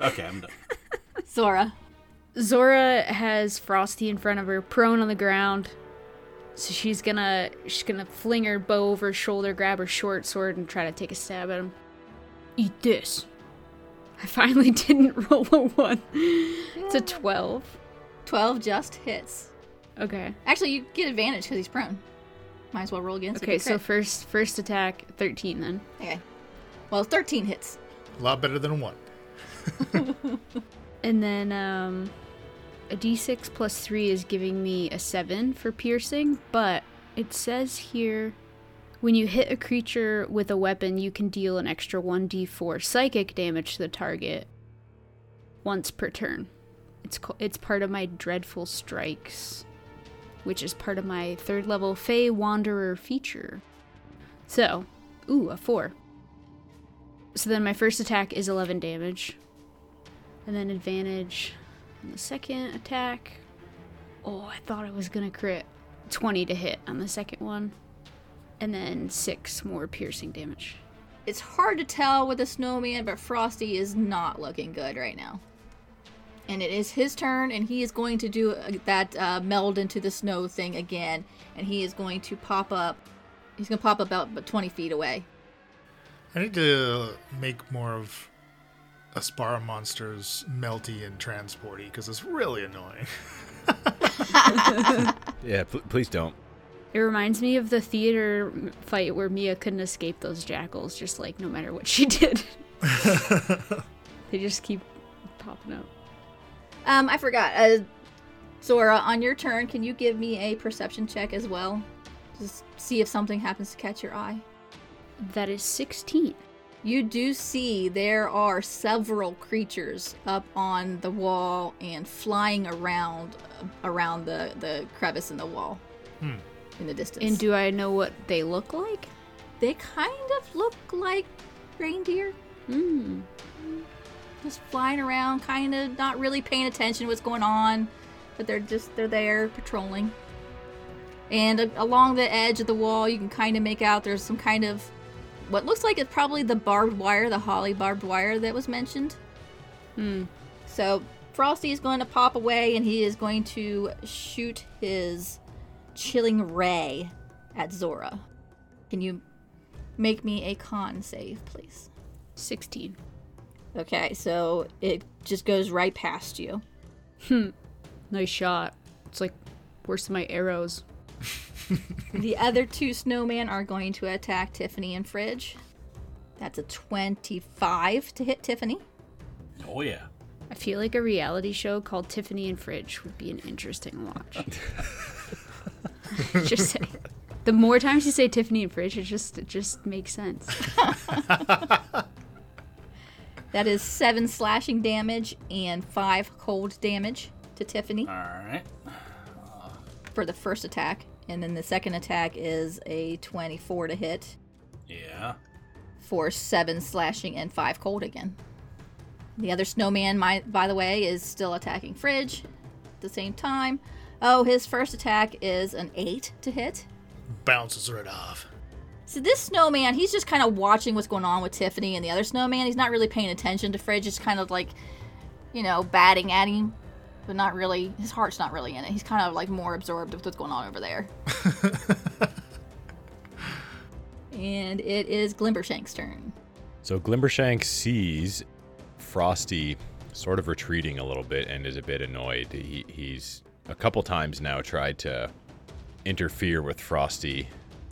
Speaker 2: Okay, I'm done.
Speaker 1: Zora.
Speaker 8: Zora has Frosty in front of her, prone on the ground. So she's gonna she's gonna fling her bow over her shoulder, grab her short sword, and try to take a stab at him. Eat this. I finally didn't roll a one. It's a twelve.
Speaker 1: 12 just hits.
Speaker 8: Okay.
Speaker 1: Actually, you get advantage because he's prone. Might as well roll again.
Speaker 8: Okay, so
Speaker 1: so.
Speaker 8: first first attack, thirteen then.
Speaker 1: Okay. Well, 13 hits.
Speaker 5: A lot better than a one.
Speaker 8: And then um a d6 plus 3 is giving me a 7 for piercing, but it says here when you hit a creature with a weapon, you can deal an extra 1d4 psychic damage to the target once per turn. It's co- it's part of my dreadful strikes, which is part of my third level Fey Wanderer feature. So, ooh, a 4. So then my first attack is 11 damage. And then advantage on the second attack. Oh, I thought I was gonna crit. 20 to hit on the second one, and then six more piercing damage.
Speaker 1: It's hard to tell with the snowman, but Frosty is not looking good right now. And it is his turn, and he is going to do uh, that uh, meld into the snow thing again. And he is going to pop up. He's going to pop up about about 20 feet away.
Speaker 5: I need to make more of Aspara monsters melty and transporty because it's really annoying.
Speaker 6: Yeah, pl- please don't.
Speaker 8: It reminds me of the theater m- fight where Mia couldn't escape those jackals, just like no matter what she did. they just keep popping up.
Speaker 1: Um, I forgot. Uh, Zora, on your turn, can you give me a perception check as well? Just see if something happens to catch your eye.
Speaker 8: That is 16.
Speaker 1: You do see there are several creatures up on the wall and flying around around the, the crevice in the wall in the distance.
Speaker 8: And do I know what they look like?
Speaker 1: they kind of look like reindeer
Speaker 8: Hmm.
Speaker 1: just flying around, kind of not really paying attention to what's going on, but they're just they're there patrolling. And a- along the edge of the wall, you can kind of make out there's some kind of what looks like it's probably the barbed wire, the holly barbed wire that was mentioned.
Speaker 8: Hmm.
Speaker 1: So Frosty is going to pop away, and he is going to shoot his chilling ray at Zora. Can you make me a con save, please?
Speaker 8: 16.
Speaker 1: Okay, so it just goes right past you.
Speaker 8: Nice shot. It's like worse than my arrows.
Speaker 1: The other two snowmen are going to attack Tiffany and Fridge. That's a 25 to hit Tiffany.
Speaker 2: Oh, yeah.
Speaker 8: I feel like a reality show called Tiffany and Fridge would be an interesting watch. just say. The more times you say Tiffany and Fridge, it just it just makes sense.
Speaker 1: That is 7 slashing damage and 5 cold damage to Tiffany
Speaker 2: All right.
Speaker 1: for the first attack. And then the second attack is a 24 to hit
Speaker 2: Yeah.
Speaker 1: for 7 slashing and 5 cold again. The other snowman, my, by the way, is still attacking Fridge at the same time. Oh, his first attack is an 8 to hit.
Speaker 5: Bounces right off.
Speaker 1: So this snowman, he's just kind of watching what's going on with Tiffany and the other snowman. He's not really paying attention to Fridge. Just kind of like, you know, batting at him, but not really. His heart's not really in it. He's kind of like more absorbed with what's going on over there. and it is Glimbershank's turn.
Speaker 6: So Glimbershank sees Frosty sort of retreating a little bit and is a bit annoyed. He, he's a couple times now tried to interfere with Frosty.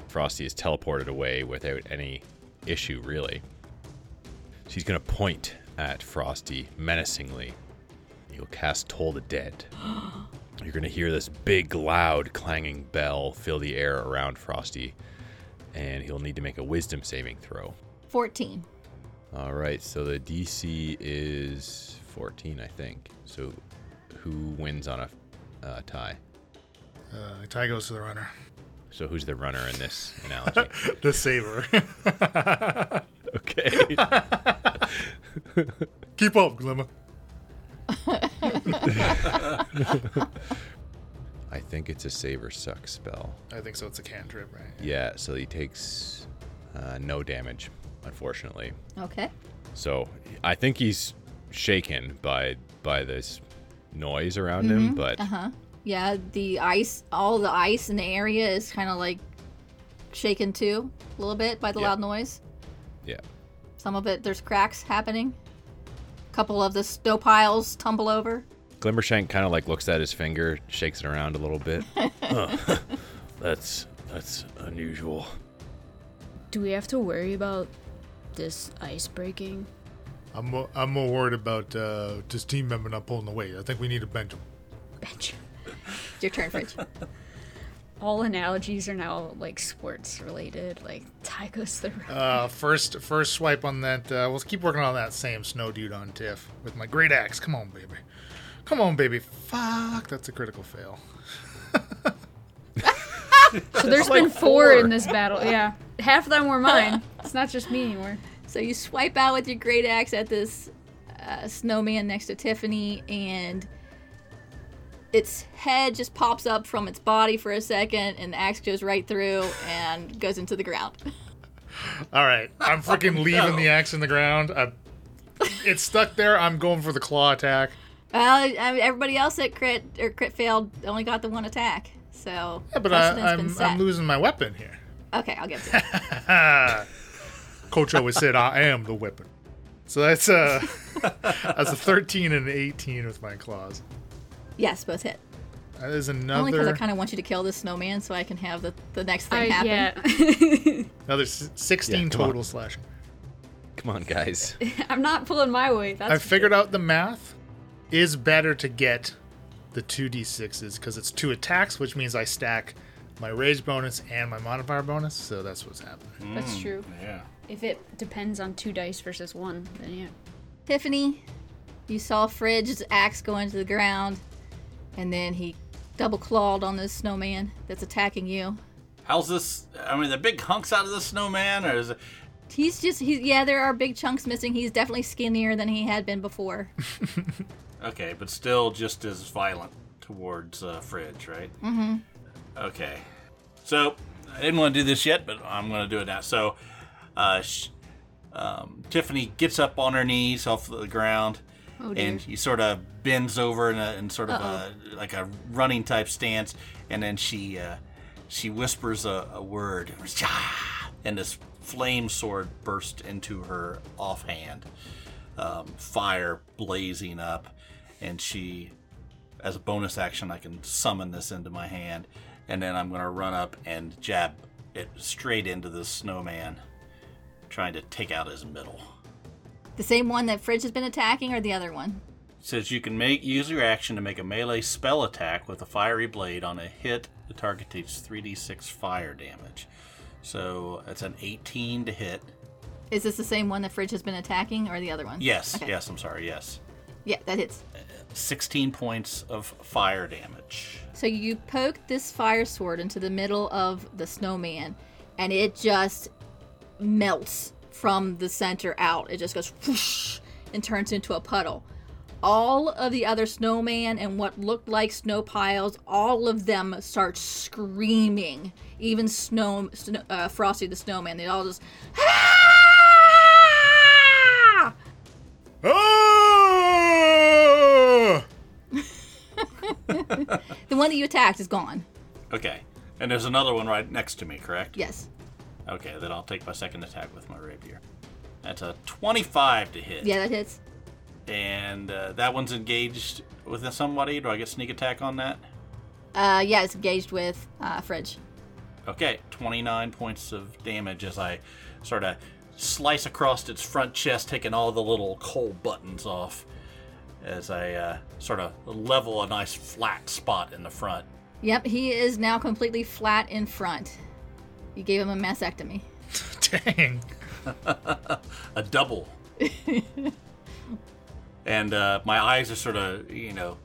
Speaker 6: Frosty is teleported away without any issue, really. She's going to point at Frosty menacingly. You'll cast Toll the Dead. You're going to hear this big, loud, clanging bell fill the air around Frosty, and he'll need to make a wisdom saving throw.
Speaker 1: 14.
Speaker 6: All right, so the DC is 14, I think. So who wins on a uh, tie?
Speaker 5: Uh, tie goes to the runner.
Speaker 6: So who's the runner in this analogy?
Speaker 5: The saver.
Speaker 6: okay.
Speaker 5: Keep up, Glimmer.
Speaker 6: I think it's a save or suck spell.
Speaker 5: I think so. It's a cantrip, right?
Speaker 6: Yeah, so he takes uh, no damage, unfortunately.
Speaker 1: Okay.
Speaker 6: So I think he's shaken by by this noise around him, but
Speaker 1: Yeah, the ice, all the ice in the area is kind of like shaken too a little bit by the
Speaker 6: Yeah.
Speaker 1: loud noise.
Speaker 6: yeah.
Speaker 1: Some of it, there's cracks happening. A couple of the snow piles tumble over.
Speaker 6: Glimmershank kind of like looks at his finger, shakes it around a little bit.
Speaker 4: That's that's unusual.
Speaker 8: Do we have to worry about this ice breaking?
Speaker 5: I'm more, I'm more worried about uh, this team member not pulling the weight. I think we need to bench him.
Speaker 8: Bench.
Speaker 1: It's your turn, Fridge.
Speaker 8: All analogies are now like sports related, like tie goes to the runner.
Speaker 5: Uh, first, first swipe on that. Uh, we'll keep working on that same snow dude on Tiff with my great axe. Come on, baby. Come on, baby. Fuck, that's a critical fail.
Speaker 8: So there's been four,
Speaker 5: four.
Speaker 8: in this battle. Yeah. Half of them were mine. It's not just me anymore.
Speaker 1: so you swipe out with your great axe at this uh, snowman next to Tiffany, and its head just pops up from its body for a second, and the axe goes right through and goes into the ground.
Speaker 5: All right, I'm freaking leaving the axe in the ground. I, it's stuck there. I'm going for the claw attack.
Speaker 1: Well, I mean, everybody else that crit or crit failed only got the one attack. So
Speaker 5: Yeah, but
Speaker 1: precedent's
Speaker 5: I,
Speaker 1: been
Speaker 5: I'm
Speaker 1: set.
Speaker 5: I'm losing my weapon here.
Speaker 1: Okay, I'll get to it.
Speaker 5: Coach always said, "I am the weapon." So that's uh that's a 13 and an 18 with my claws.
Speaker 1: yes, both hit.
Speaker 5: That is
Speaker 1: Only because I
Speaker 5: another
Speaker 1: kind of want you to kill this snowman so I can have the, the next thing
Speaker 8: I-
Speaker 1: happen.
Speaker 8: yeah.
Speaker 5: another s- 16
Speaker 6: Yeah, come on.
Speaker 5: total slashing.
Speaker 6: Come on, guys.
Speaker 8: I'm not pulling my weight. That's
Speaker 5: I figured out the math is better to get the 2d6s because it's two attacks, which means I stack my rage bonus and my modifier bonus. So that's what's happening.
Speaker 8: that's true.
Speaker 2: Yeah.
Speaker 8: If it depends on two dice versus one, then yeah.
Speaker 1: Tiffany, you saw Fridge's axe go into the ground, and then he double clawed on this snowman that's attacking you.
Speaker 2: How's this? I mean, the big hunks out of the snowman, or is it?
Speaker 1: He's just, he's, yeah, there are big chunks missing. He's definitely skinnier than he had been before.
Speaker 2: Okay, but still just as violent towards uh, Fridge, right? Mm-hmm. Okay. So, I didn't want to do this yet, but I'm going to do it now. So, uh, sh- um, Tiffany gets up on her knees off the ground, and she sort of bends over in, a, in sort of a, like a running type stance, and then she uh, she whispers a, a word, and this flame sword bursts into her offhand um, fire blazing up, and she, as a bonus action, I can summon this into my hand, and then I'm gonna run up and jab it straight into the snowman, trying to take out his middle.
Speaker 1: the same one that Fridge has been attacking, or the other one?
Speaker 2: says you can make use your action to make a melee spell attack with a fiery blade on a hit. The target takes 3d6 fire damage, so it's an 18 to hit.
Speaker 1: Is this the same one that Fridge has been attacking, or the other one?
Speaker 2: Yes,
Speaker 1: Okay.
Speaker 2: yes, I'm sorry, yes.
Speaker 1: Yeah, that hits.
Speaker 2: 16 points of fire damage.
Speaker 1: So you poke this fire sword into the middle of the snowman, and it just melts from the center out. It just goes whoosh and turns into a puddle. All of the other snowman and what looked like snow piles, all of them start screaming. Even Snow, Sno- uh, Frosty the Snowman, they all just. "Ah!"
Speaker 6: Ah!
Speaker 5: Oh!
Speaker 1: The one that you attacked is gone.
Speaker 2: Okay. And there's another one right next to me, correct?
Speaker 1: Yes.
Speaker 2: Okay, then I'll take my second attack with my rapier. That's a 25 to hit.
Speaker 1: Yeah, that hits.
Speaker 2: And uh, that one's engaged with somebody. Do I get sneak attack on that?
Speaker 1: Uh, yeah, it's engaged with uh, Fridge.
Speaker 2: Okay, 29 points of damage as I sort of slice across its front chest, taking all the little coal buttons off as I uh, sort of level a nice flat spot in the front.
Speaker 1: Yep, he is now completely flat in front. You gave him a mastectomy.
Speaker 5: Dang.
Speaker 2: a double. and uh, my eyes are sort of, you know,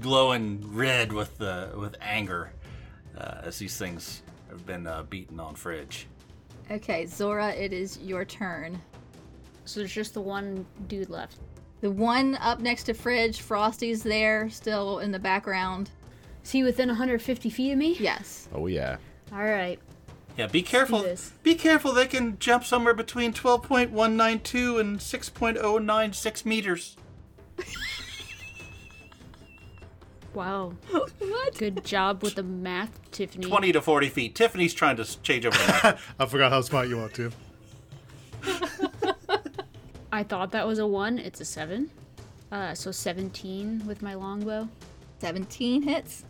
Speaker 2: glowing red with the with anger uh, as these things have been uh, beaten on Fridge.
Speaker 1: Okay, Zora, it is your turn.
Speaker 8: So there's just the one dude left.
Speaker 1: The one up next to Fridge, Frosty's there, still in the background.
Speaker 8: Is he within 150 feet of me?
Speaker 1: Yes.
Speaker 6: Oh yeah.
Speaker 8: All right.
Speaker 2: Yeah, be careful.
Speaker 8: this.
Speaker 2: Be careful. They can jump somewhere between 12.192 and 6.096 meters.
Speaker 8: Wow. what? Good job with the math, Tiffany.
Speaker 2: 20 to 40 feet. Tiffany's trying to s- change over that.
Speaker 5: I forgot how smart you are, too.
Speaker 8: I thought that was a one. It's a seven. Uh, so 17 with my longbow.
Speaker 1: 17 hits.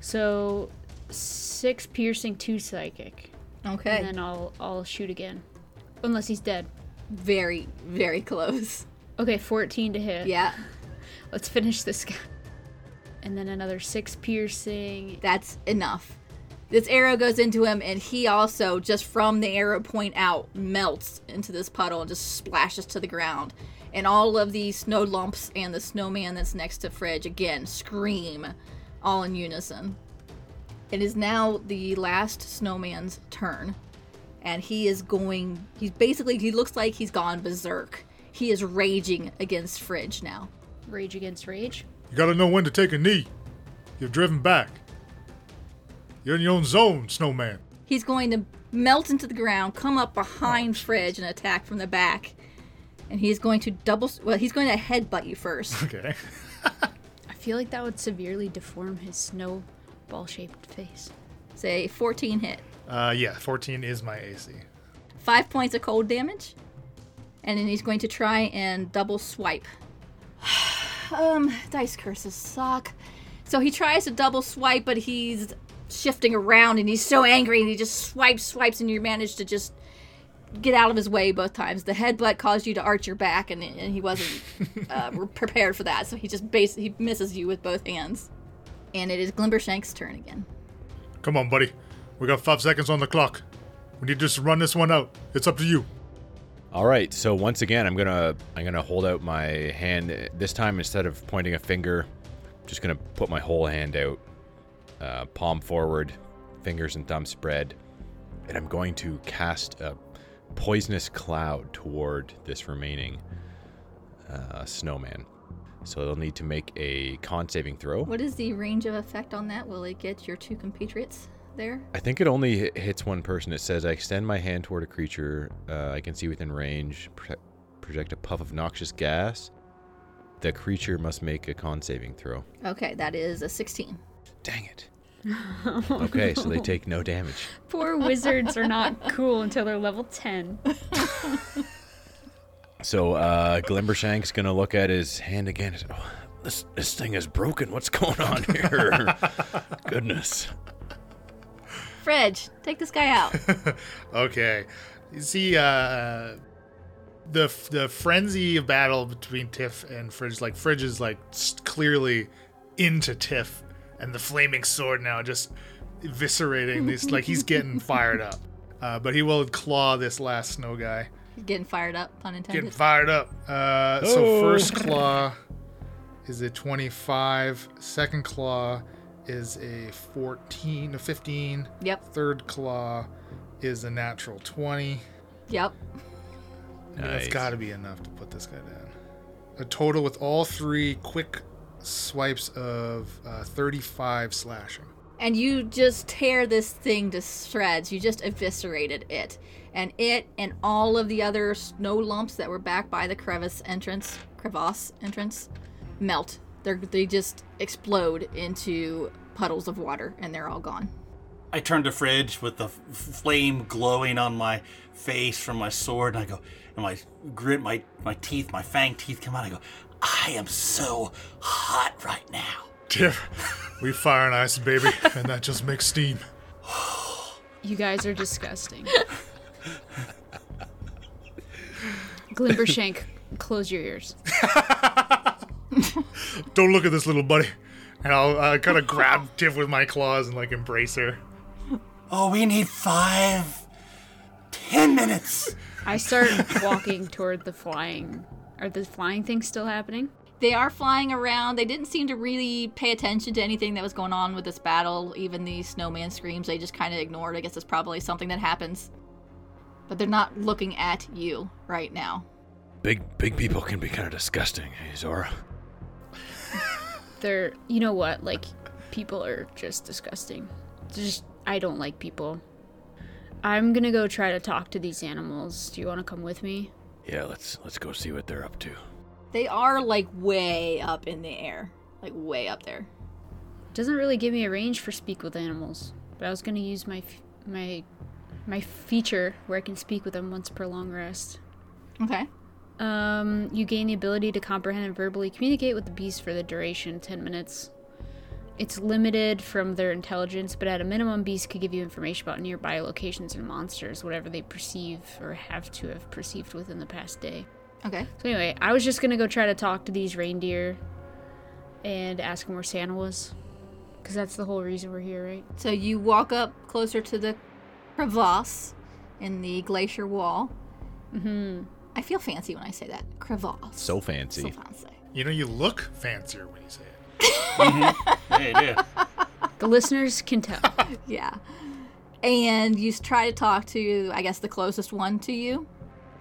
Speaker 8: So six piercing, two psychic,
Speaker 1: Okay.
Speaker 8: and then I'll I'll shoot again, unless he's dead.
Speaker 1: very, very close.
Speaker 8: Okay, 14 to hit.
Speaker 1: Yeah,
Speaker 8: Let's finish this guy. And then another six piercing.
Speaker 1: that's enough. This arrow goes into him, and he also, just from the arrow point out, melts into this puddle and just splashes to the ground. And all of the snow lumps and the snowman that's next to Fridge again scream all in unison. It is now the last snowman's turn. And he is going, he's basically, he looks like he's gone berserk. He is raging against Fridge now.
Speaker 8: Rage against rage.
Speaker 5: You gotta know when to take a knee. You've driven back. You're in your own zone, snowman.
Speaker 1: He's going to melt into the ground, come up behind Fridge and attack from the back. And he's going to double. Well, he's going to headbutt you first.
Speaker 5: Okay.
Speaker 8: I feel like that would severely deform his snowball shaped face.
Speaker 1: Say 14 hit.
Speaker 5: Uh, yeah, 14 is my AC.
Speaker 1: Five points of cold damage. And then he's going to try and double swipe. um, dice curses suck. So he tries to double swipe, but he's shifting around and he's so angry and he just swipes, swipes, and you manage to just get out of his way both times. The headbutt caused you to arch your back, and, and he wasn't uh, prepared for that, so he just basically he misses you with both hands. And it is Glimbershank's turn again.
Speaker 5: Come on, buddy. We got five seconds on the clock. We need to just run this one out. It's up to you.
Speaker 6: All right. So once again, I'm gonna I'm gonna hold out my hand. This time, instead of pointing a finger, I'm just gonna put my whole hand out, uh, palm forward, fingers and thumb spread, and I'm going to cast a poisonous cloud toward this remaining uh, snowman. So they'll need to make a con saving throw.
Speaker 1: What is the range of effect on that? Will it get your two compatriots there?
Speaker 6: I think it only hi- hits one person. It says, I extend my hand toward a creature uh, I can see within range, project, project a puff of noxious gas. The creature must make a con saving throw.
Speaker 1: Okay, that is a 16.
Speaker 6: Dang it. okay, so they take no damage.
Speaker 8: Poor wizards are not cool until they're level 10.
Speaker 6: So uh, Glimbershank's gonna look at his hand again. and say, Oh, this this thing is broken. What's going on here? Goodness.
Speaker 1: Fridge, take this guy out.
Speaker 5: Okay. You see, uh, the the frenzy of battle between Tiff and Fridge, like Fridge is like s- clearly into Tiff, and the flaming sword now just eviscerating these. like he's getting fired up, uh, but he will claw this last snow guy.
Speaker 1: He's getting fired up, pun
Speaker 5: Getting
Speaker 1: intended.
Speaker 5: fired up. Uh, so first claw is a 25. Second claw is a 14, a 15.
Speaker 1: Yep,
Speaker 5: Third claw is a natural 20.
Speaker 1: yep.
Speaker 5: I mean, That's
Speaker 6: Nice.
Speaker 5: got to be enough to put this guy down. A total with all three quick swipes of uh, 35 slashing.
Speaker 1: and you just tear this thing to shreds. You just eviscerated it. And it and all of the other snow lumps that were back by the crevice entrance, crevasse entrance, melt. They're, they just explode into puddles of water and they're all gone.
Speaker 2: I turn to Fridge with the f- flame glowing on my face from my sword, and I go, and my grit, my my teeth, my fang teeth come out. I go, I am so hot right now.
Speaker 5: Tiff, we fire and ice, baby, and that just makes steam.
Speaker 8: You guys are disgusting. Glimbershank, close your ears.
Speaker 5: Don't look at this little buddy. And I'll uh, kind of grab Tiff with my claws and like embrace her.
Speaker 2: Oh, we need five, ten minutes.
Speaker 8: I start walking toward the flying. Are the flying things still happening?
Speaker 1: They are flying around. They didn't seem to really pay attention to anything that was going on with this battle. Even the snowman screams, they just kind of ignored. I guess it's probably something that happens. But they're not looking at you right now.
Speaker 4: Big big people can be kind of disgusting, hey Zora.
Speaker 8: They're, you know what? Like, people are just disgusting. Just, I don't like people. I'm gonna go try to talk to these animals. Do you want to come with me?
Speaker 4: Yeah, let's let's go see what they're up to.
Speaker 1: They are like way up in the air, like way up there.
Speaker 8: Doesn't really give me a range for speak with animals, but I was gonna use my f- my my feature where I can speak with them once per long rest.
Speaker 1: Okay.
Speaker 8: Um, you gain the ability to comprehend and verbally communicate with the beast for the duration 10 minutes. It's limited from their intelligence, but at a minimum, beasts could give you information about nearby locations and monsters, whatever they perceive or have to have perceived within the past day.
Speaker 1: Okay.
Speaker 8: So, anyway, I was just gonna go try to talk to these reindeer and ask them where Santa was. Because that's the whole reason we're here, right?
Speaker 1: So you walk up closer to the crevasse in the glacier wall. Mm-hmm. I feel fancy when I say that. Crevasse.
Speaker 6: So fancy.
Speaker 1: So fancy.
Speaker 5: You know, you look fancier when you say it.
Speaker 2: Hey, dude.
Speaker 8: The listeners can tell.
Speaker 1: Yeah. And you s- try to talk to, I guess, the closest one to you.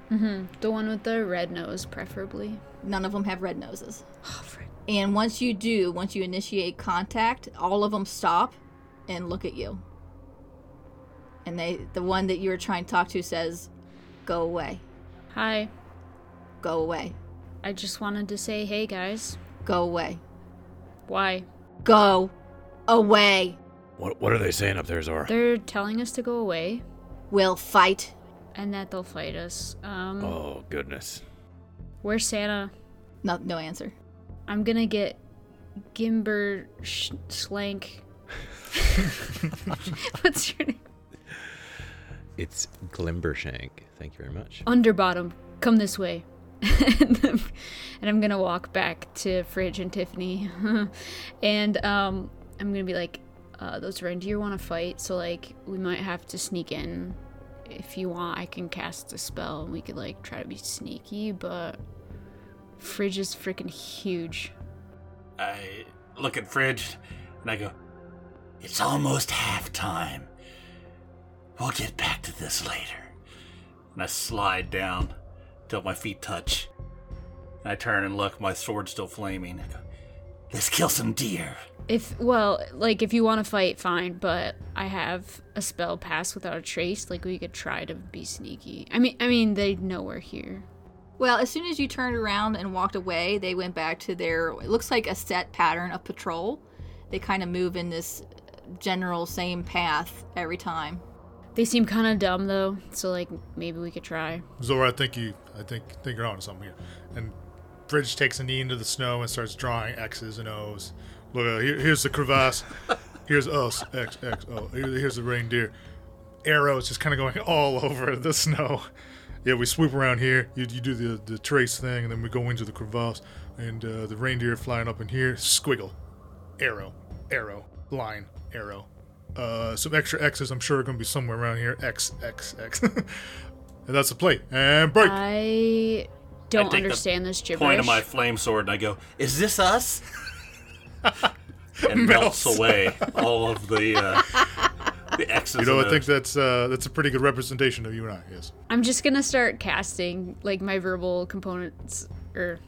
Speaker 8: the one with the red nose, preferably.
Speaker 1: None of them have red noses.
Speaker 8: Oh, frick.
Speaker 1: And once you do, once you initiate contact, all of them stop and look at you. And they, the one that you were trying to talk to says, "Go away,
Speaker 8: Hi.
Speaker 1: go away,
Speaker 8: I just wanted to say, hey guys.
Speaker 1: go away,
Speaker 8: Why?
Speaker 1: go away.
Speaker 4: What, what are they saying up there, Zora?
Speaker 8: They're telling us to go away
Speaker 1: We'll fight."
Speaker 8: and that they'll fight us. Um,
Speaker 4: oh, goodness.
Speaker 8: Where's Santa?
Speaker 1: No, no answer.
Speaker 8: I'm gonna get Gimber sh- Slank. What's your name?
Speaker 6: It's Glimbershank. Thank you very much.
Speaker 8: Underbottom, come this way. and I'm- and I'm gonna walk back to Fridge and Tiffany, and um, I'm gonna be like, uh, "Those reindeer want to fight, so like we might have to sneak in. If you want, I can cast a spell and we could like try to be sneaky, but Fridge is freaking huge.
Speaker 2: I look at Fridge and I go, It's almost halftime. We'll get back to this later. And I slide down till my feet touch. And I turn and look, my sword's still flaming. I go, Let's kill some deer.
Speaker 8: If well, like if you want to fight, fine. But I have a spell pass without a trace. Like we could try to be sneaky. I mean, I mean they know we're here.
Speaker 1: Well, as soon as you turned around and walked away, they went back to their. It looks like a set pattern of patrol. They kind of move in this general same path every time.
Speaker 8: They seem kind of dumb though. So like maybe we could try.
Speaker 5: Zora, I think you, I think, think you're onto something here. And Bridge takes a knee into the snow and starts drawing X's and O's. Look, uh, here, here's the crevasse. Here's us, X, X, O. Here, here's the reindeer. Arrows just kind of going all over the snow. Yeah, we swoop around here. You, you do the, the trace thing, and then we go into the crevasse. And uh, the reindeer flying up in here. Squiggle. Arrow. Arrow. Line. Arrow. Uh, some extra X's, I'm sure, are going to be somewhere around here. X, X, X. and that's the plate. And break.
Speaker 8: Uh, I don't
Speaker 2: take the
Speaker 8: understand this gibberish.
Speaker 2: Point of my flame sword and I go, Is this us? and melts
Speaker 5: Melts.
Speaker 2: away all of the uh, the X's.
Speaker 5: You know,
Speaker 2: and
Speaker 5: I think
Speaker 2: O's.
Speaker 5: that's uh, that's a pretty good representation of you and I. Yes.
Speaker 8: I'm just gonna start casting like my verbal components or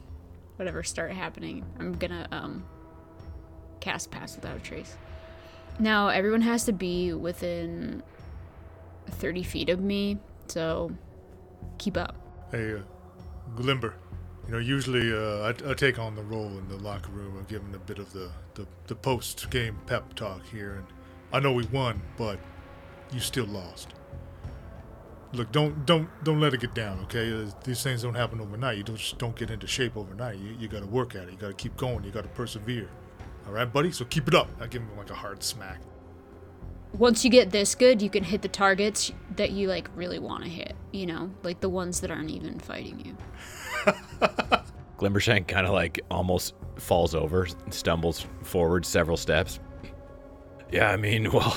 Speaker 8: whatever start happening. I'm gonna um cast pass without a trace. Now everyone has to be within 30 feet of me, so keep up.
Speaker 5: Hey, uh, Glimber. You know, usually uh, I, I take on the role in the locker room of giving a bit of the, the, the post game pep talk here, and I know we won, but you still lost. Look, don't don't don't let it get down, okay? Uh, these things don't happen overnight. You don't just don't get into shape overnight. You, you got to work at it. You got to keep going. You got to persevere. All right, buddy. So keep it up. I give him like a hard smack.
Speaker 8: Once you get this good, you can hit the targets that you like really want to hit, you know, like the ones that aren't even fighting you.
Speaker 6: Glimbershank kind of like almost falls over, stumbles forward several steps.
Speaker 4: Yeah, I mean, well,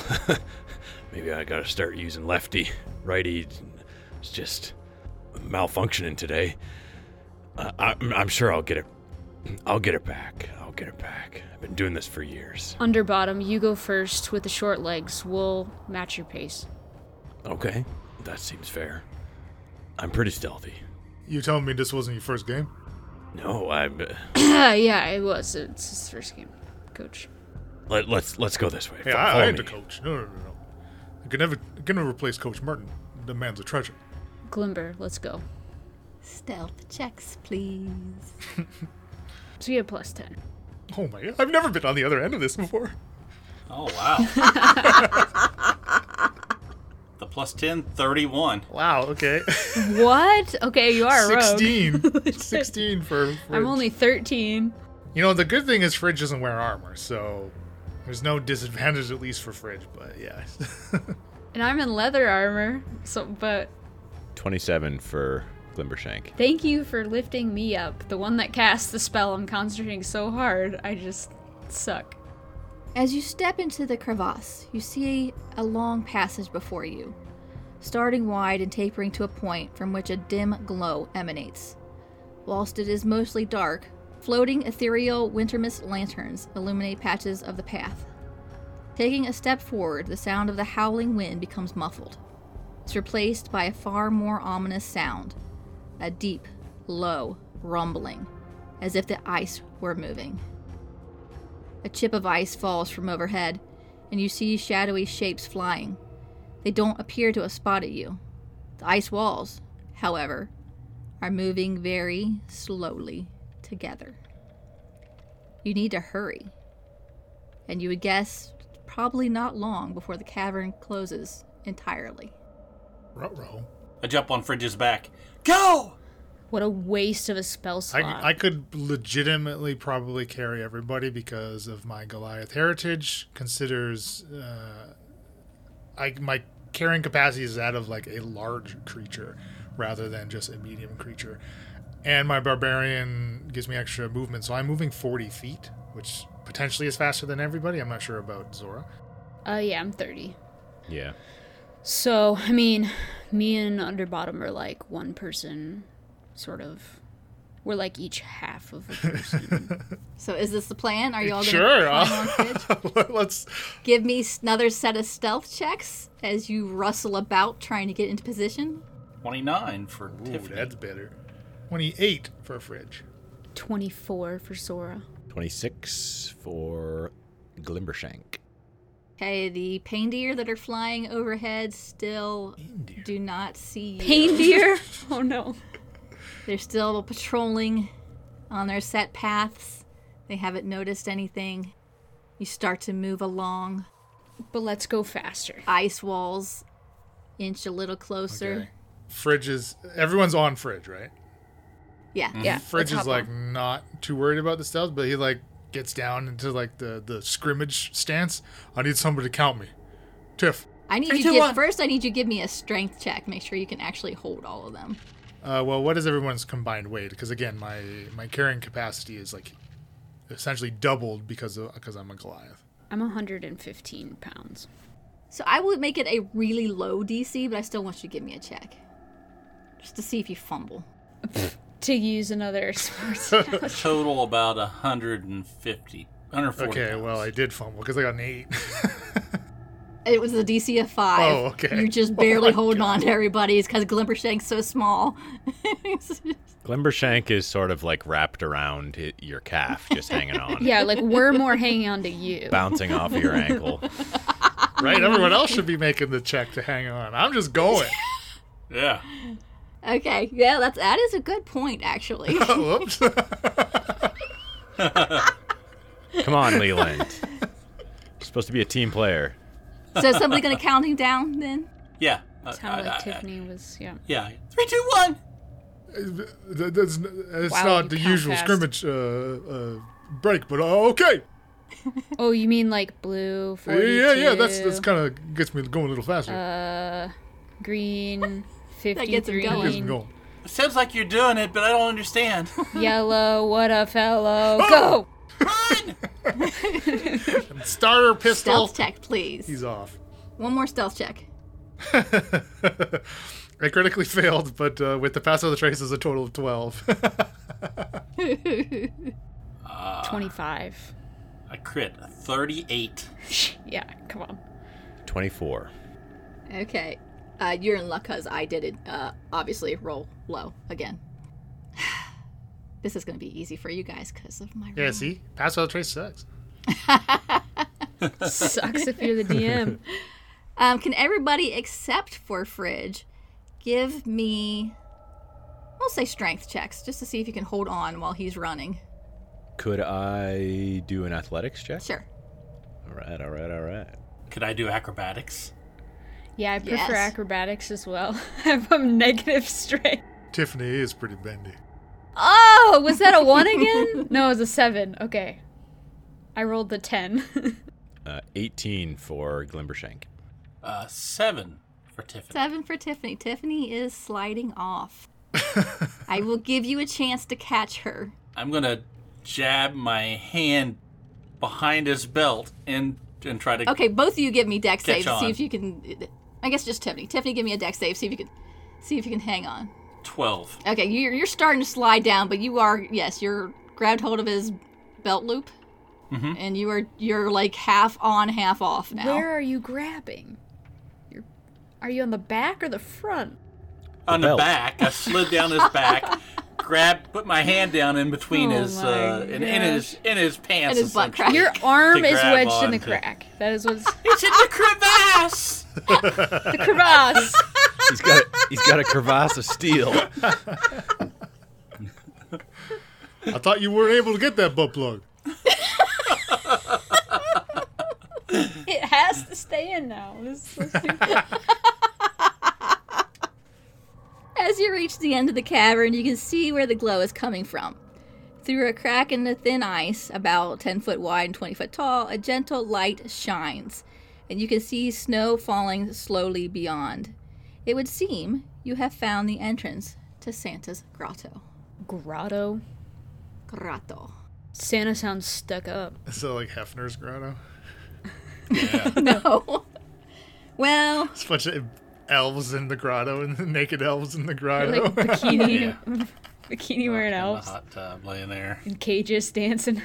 Speaker 4: maybe I gotta start using lefty. Righty is just malfunctioning today. Uh, I'm, I'm sure I'll get it. I'll get it back. I'll get it back. I've been doing this for years.
Speaker 8: Underbottom, you go first with the short legs. We'll match your pace.
Speaker 4: Okay, that seems fair. I'm pretty stealthy.
Speaker 5: You telling me this wasn't your first game?
Speaker 4: No, I'm.
Speaker 8: yeah, it was. It's his first game, coach.
Speaker 4: Let, let's let's go this way.
Speaker 5: Hey,
Speaker 4: Fo-
Speaker 5: I,
Speaker 4: follow
Speaker 5: I ain't
Speaker 4: me.
Speaker 5: the coach. No, no, no, no. I can never, I can never replace Coach Merton. The man's a treasure.
Speaker 8: Glimber, let's go.
Speaker 1: Stealth checks, please.
Speaker 8: So you have plus 10.
Speaker 5: Oh my god, I've never been on the other end of this before.
Speaker 2: Oh, wow. the plus 10, 31.
Speaker 5: Wow. Okay.
Speaker 8: What? Okay, you are a rogue.
Speaker 5: 16. 16 for. for
Speaker 8: I'm only 13.
Speaker 5: You know, the good thing is Fridge doesn't wear armor, so there's no disadvantage at least for Fridge. But yeah,
Speaker 8: And I'm in leather armor. So, but
Speaker 6: 27 for Glimbershank.
Speaker 8: thank you for lifting me up. The one that cast the spell, I'm concentrating so hard, I just suck.
Speaker 1: As you step into the crevasse, you see a long passage before you, starting wide and tapering to a point from which a dim glow emanates. Whilst it is mostly dark, floating ethereal winter mist lanterns illuminate patches of the path. Taking a step forward, the sound of the howling wind becomes muffled. It's replaced by a far more ominous sound a deep, low rumbling, as if the ice were moving. A chip of ice falls from overhead, and you see shadowy shapes flying. They don't appear to have spotted you. The ice walls, however, are moving very slowly together. You need to hurry. And you would guess probably not long before the cavern closes entirely.
Speaker 5: Ruh-roh.
Speaker 2: I jump on Fridge's back. Go!
Speaker 8: What a waste of a spell slot.
Speaker 5: I, I could legitimately probably carry everybody because of my Goliath heritage. Considers uh, I my carrying capacity is that of like a large creature rather than just a medium creature, and my barbarian gives me extra movement, so I'm moving 40 feet, which potentially is faster than everybody. I'm not sure about Zora.
Speaker 8: uh, yeah, I'm 30.
Speaker 6: Yeah.
Speaker 8: So, I mean, me and Underbottom are like one person, sort of. We're like each half of a person.
Speaker 1: So is this the plan? Are you all going to
Speaker 5: Sure,
Speaker 1: climb on Fridge?
Speaker 5: Let's
Speaker 1: Give me another set of stealth checks as you rustle about trying to get into position.
Speaker 2: 29 for
Speaker 5: Ooh,
Speaker 2: Tiffany.
Speaker 5: that's better. 28 for a fridge.
Speaker 8: 24 for Sora.
Speaker 6: 26 for Glimbershank.
Speaker 1: Okay, the pain deer that are flying overhead still do not see you.
Speaker 8: Pain deer? oh no.
Speaker 1: They're still patrolling on their set paths. They haven't noticed anything. You start to move along.
Speaker 8: But let's go faster.
Speaker 1: Ice walls inch a little closer.
Speaker 5: Fridge is everyone's on fridge, right?
Speaker 1: Yeah.
Speaker 8: Mm-hmm. Yeah.
Speaker 5: Mm,
Speaker 8: let's
Speaker 5: Fridge
Speaker 8: hop
Speaker 5: is like
Speaker 8: on.
Speaker 5: not too worried about the stealth, but he like gets down into like the the scrimmage stance. I need somebody to count me. Tiff.
Speaker 1: I need
Speaker 2: Three,
Speaker 1: you
Speaker 2: two,
Speaker 1: give,
Speaker 2: one.
Speaker 1: first I need you to give me a strength check. Make sure you can actually hold all of them.
Speaker 5: Uh, well, what is everyone's combined weight? Because again, my my carrying capacity is like essentially doubled because of because I'm a Goliath.
Speaker 8: I'm 115 pounds.
Speaker 1: So I would make it a really low DC, but I still want you to give me a check. Just to see if you fumble.
Speaker 8: To use another sports.
Speaker 2: Total about 150. 140
Speaker 5: Okay,
Speaker 2: pounds.
Speaker 5: well I did fumble because I got an eight.
Speaker 1: It was a DC of five.
Speaker 5: Oh, okay.
Speaker 1: You're just
Speaker 5: Oh
Speaker 1: barely
Speaker 5: my
Speaker 1: holding on to everybody's because Glimmershank's so small.
Speaker 6: Glimbershank is sort of like wrapped around hi your calf, just hanging on,
Speaker 8: yeah, like we're more hanging on to you.
Speaker 6: bouncing off of your ankle.
Speaker 5: right, everyone else should be making the check to hang on. I'm just going.
Speaker 2: Yeah.
Speaker 1: okay, yeah, that's that is a good point actually.
Speaker 5: Oh, whoops.
Speaker 6: Come on, Leland. You're supposed to be a team player.
Speaker 1: so is somebody gonna count him down then?
Speaker 2: Yeah. Uh,
Speaker 8: That's how
Speaker 2: I- I-
Speaker 8: like
Speaker 2: I-
Speaker 8: Tiffany was. Yeah.
Speaker 2: yeah. Three, two, one.
Speaker 5: Th- That's, n- that's
Speaker 8: Wow, you
Speaker 5: not the
Speaker 8: count
Speaker 5: usual
Speaker 8: fast.
Speaker 5: scrimmage uh, uh, break, but uh, okay.
Speaker 8: Oh, you mean like blue? 42,
Speaker 5: Yeah, yeah, that's that's kind of gets me going a little faster.
Speaker 8: green.
Speaker 1: That gets him
Speaker 8: 53,
Speaker 1: going.
Speaker 5: Gets me going.
Speaker 2: It sounds like you're doing it, but I don't understand.
Speaker 8: yellow, what a fellow. Go!
Speaker 2: Run!
Speaker 5: Starter pistol.
Speaker 1: Stealth check, please.
Speaker 5: He's off.
Speaker 1: One more stealth check.
Speaker 5: I critically failed, but uh, with the pass of the trace is a total of twelve. Ah.
Speaker 8: 25.
Speaker 2: I crit. 38.
Speaker 8: Yeah, come on.
Speaker 6: 24.
Speaker 1: Okay. Uh, you're in luck because I did it. Uh, obviously, roll low again. this is going to be easy for you guys because of my
Speaker 5: yeah, see, pass without trace sucks.
Speaker 8: Sucks if you're the DM.
Speaker 1: Um, can everybody except for Fridge give me, we'll say strength checks, just to see if you can hold on while he's running.
Speaker 6: Could I do an athletics check?
Speaker 1: Sure.
Speaker 6: All right, all right, all right.
Speaker 2: Could I do acrobatics?
Speaker 8: Yeah, I prefer
Speaker 1: Yes.
Speaker 8: acrobatics as well. I'm a negative strength.
Speaker 5: Tiffany is pretty bendy.
Speaker 8: Oh, was that a one again? no, it was a seven. Okay. I rolled the 10.
Speaker 6: Uh, 18 for Glimbershank.
Speaker 2: Uh, seven for Tiffany.
Speaker 1: Seven for Tiffany. Tiffany is sliding off. I will give you a chance to catch her.
Speaker 2: I'm gonna jab my hand behind his belt and and try to.
Speaker 1: Okay, both of you give me deck
Speaker 2: Catch
Speaker 1: saves. See
Speaker 2: on.
Speaker 1: if you can. I guess just Tiffany. Tiffany, give me a deck save. See if you can. See if you can hang on.
Speaker 2: Twelve.
Speaker 1: Okay, you're you're starting to slide down, but you are yes, you're grabbed hold of his belt loop,
Speaker 2: Mm-hmm.
Speaker 1: and you are you're like half on, half off now.
Speaker 8: Where are you grabbing? You're, are you on the back or the front?
Speaker 2: On the
Speaker 6: belt.
Speaker 2: back, I slid down his back, grabbed, put my hand down in between
Speaker 8: Oh
Speaker 2: his,
Speaker 8: my
Speaker 2: uh, in, in his, in his pants.
Speaker 1: And his butt
Speaker 2: essentially.
Speaker 1: crack.
Speaker 8: Your arm
Speaker 2: To
Speaker 8: is
Speaker 2: grab
Speaker 8: wedged in the
Speaker 2: onto.
Speaker 8: crack. That is what's
Speaker 2: It's in the crevasse.
Speaker 8: the crevasse.
Speaker 6: He's got he's got a crevasse of steel.
Speaker 5: I thought you weren't able to get that butt plug.
Speaker 8: it has to stay in now. This is so stupid.
Speaker 1: As you reach the end of the cavern, you can see where the glow is coming from. Through a crack in the thin ice, about 10 foot wide and 20 foot tall, a gentle light shines, and you can see snow falling slowly beyond. It would seem you have found the entrance to Santa's grotto.
Speaker 8: Grotto.
Speaker 1: Grotto.
Speaker 8: Santa sounds stuck up.
Speaker 5: Is that like Hefner's grotto?
Speaker 1: No. well,
Speaker 5: It's a bunch of elves in the grotto and the naked elves in the grotto.
Speaker 8: Like bikini, bikini wearing elves
Speaker 2: In the hot tub laying there.
Speaker 8: and cages dancing.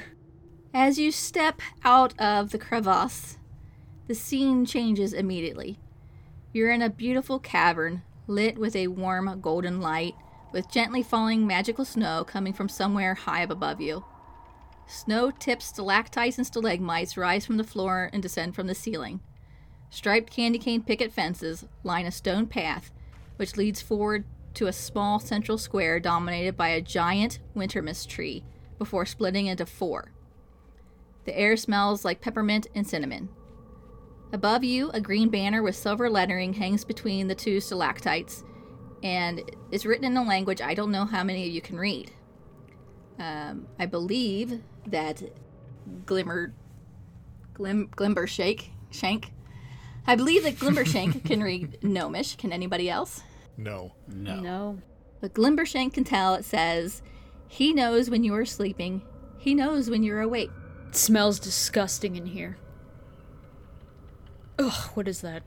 Speaker 1: As you step out of the crevasse, the scene changes immediately. You're in a beautiful cavern lit with a warm golden light, with gently falling magical snow coming from somewhere high up above you. Snow tipped stalactites and stalagmites rise from the floor and descend from the ceiling. Striped candy cane picket fences line a stone path, which leads forward to a small central square dominated by a giant winter mist tree before splitting into four. The air smells like peppermint and cinnamon. Above you, a green banner with silver lettering hangs between the two stalactites and is written in a language I don't know how many of you can read. Um, I believe that Glimmer, Glim, Glimber Shake, Shank. I believe that Glimbershank can read Gnomish. Can anybody else?
Speaker 5: no.
Speaker 2: No.
Speaker 8: No.
Speaker 1: But Glimbershank can tell it says, He knows when you are sleeping, he knows when you're awake.
Speaker 8: It smells disgusting in here. Ugh, what is that?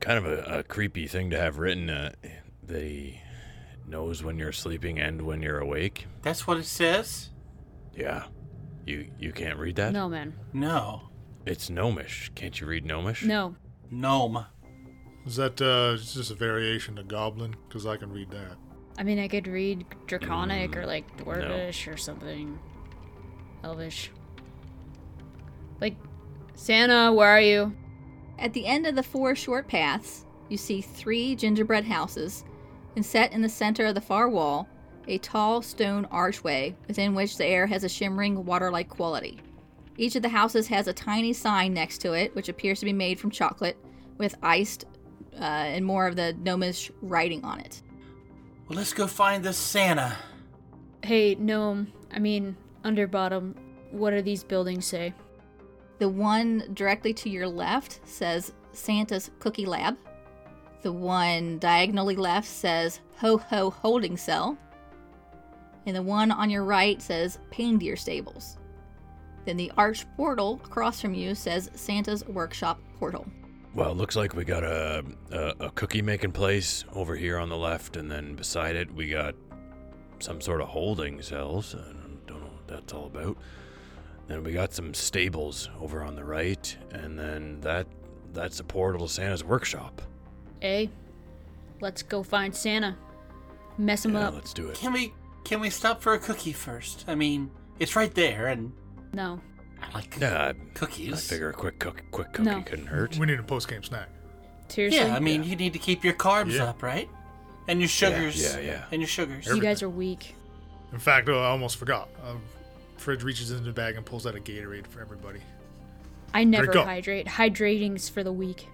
Speaker 4: Kind of a, a creepy thing to have written. Uh, the knows when you're sleeping and when you're awake.
Speaker 2: That's what it says?
Speaker 4: Yeah. You you can't read that?
Speaker 8: No, man.
Speaker 2: No.
Speaker 4: It's gnomish. Can't you read gnomish?
Speaker 8: No.
Speaker 2: Gnome.
Speaker 5: Is that uh, it's just a variation to goblin? Because I can read that.
Speaker 8: I mean, I could read Draconic or
Speaker 2: Mm,
Speaker 8: like Dwarvish or something. Elvish. Like, Santa, where are you?
Speaker 1: At the end of the four short paths, you see three gingerbread houses, and set in the center of the far wall, a tall stone archway within which the air has a shimmering water like quality. Each of the houses has a tiny sign next to it, which appears to be made from chocolate, with iced uh, and more of the gnomish writing on it.
Speaker 2: Well, let's go find this Santa.
Speaker 8: Hey, gnome. I mean, underbottom. What do these buildings say?
Speaker 1: The one directly to your left says Santa's Cookie Lab. The one diagonally left says Ho Ho Holding Cell. And the one on your right says Reindeer Stables. Then the arch portal across from you says Santa's Workshop Portal.
Speaker 4: Well, looks like we got a, a a cookie making place over here on the left, and then beside it we got some sort of holding cells. I don't, don't know what that's all about. Then we got some stables over on the right, and then that that's a portal to Santa's workshop.
Speaker 8: Hey, let's go find Santa. Mess him
Speaker 4: yeah,
Speaker 8: up.
Speaker 4: let's do it.
Speaker 2: Can we can we stop for a cookie first? I mean, it's right there and
Speaker 8: No.
Speaker 2: I like
Speaker 4: Yeah, I, I
Speaker 2: cookies.
Speaker 4: figure a quick cook, quick cookie
Speaker 8: No.
Speaker 4: couldn't hurt.
Speaker 5: We need a post game snack.
Speaker 8: Seriously?
Speaker 2: Yeah, I mean, you need to keep your carbs
Speaker 5: Yeah.
Speaker 2: up, right? And your sugars.
Speaker 4: yeah, yeah.
Speaker 2: And your sugars.
Speaker 8: you guys are weak.
Speaker 5: In fact, oh, I almost forgot. Uh, Fridge reaches into the bag and pulls out a Gatorade for everybody.
Speaker 8: I never
Speaker 5: go.
Speaker 8: hydrate. Hydrating's for the weak.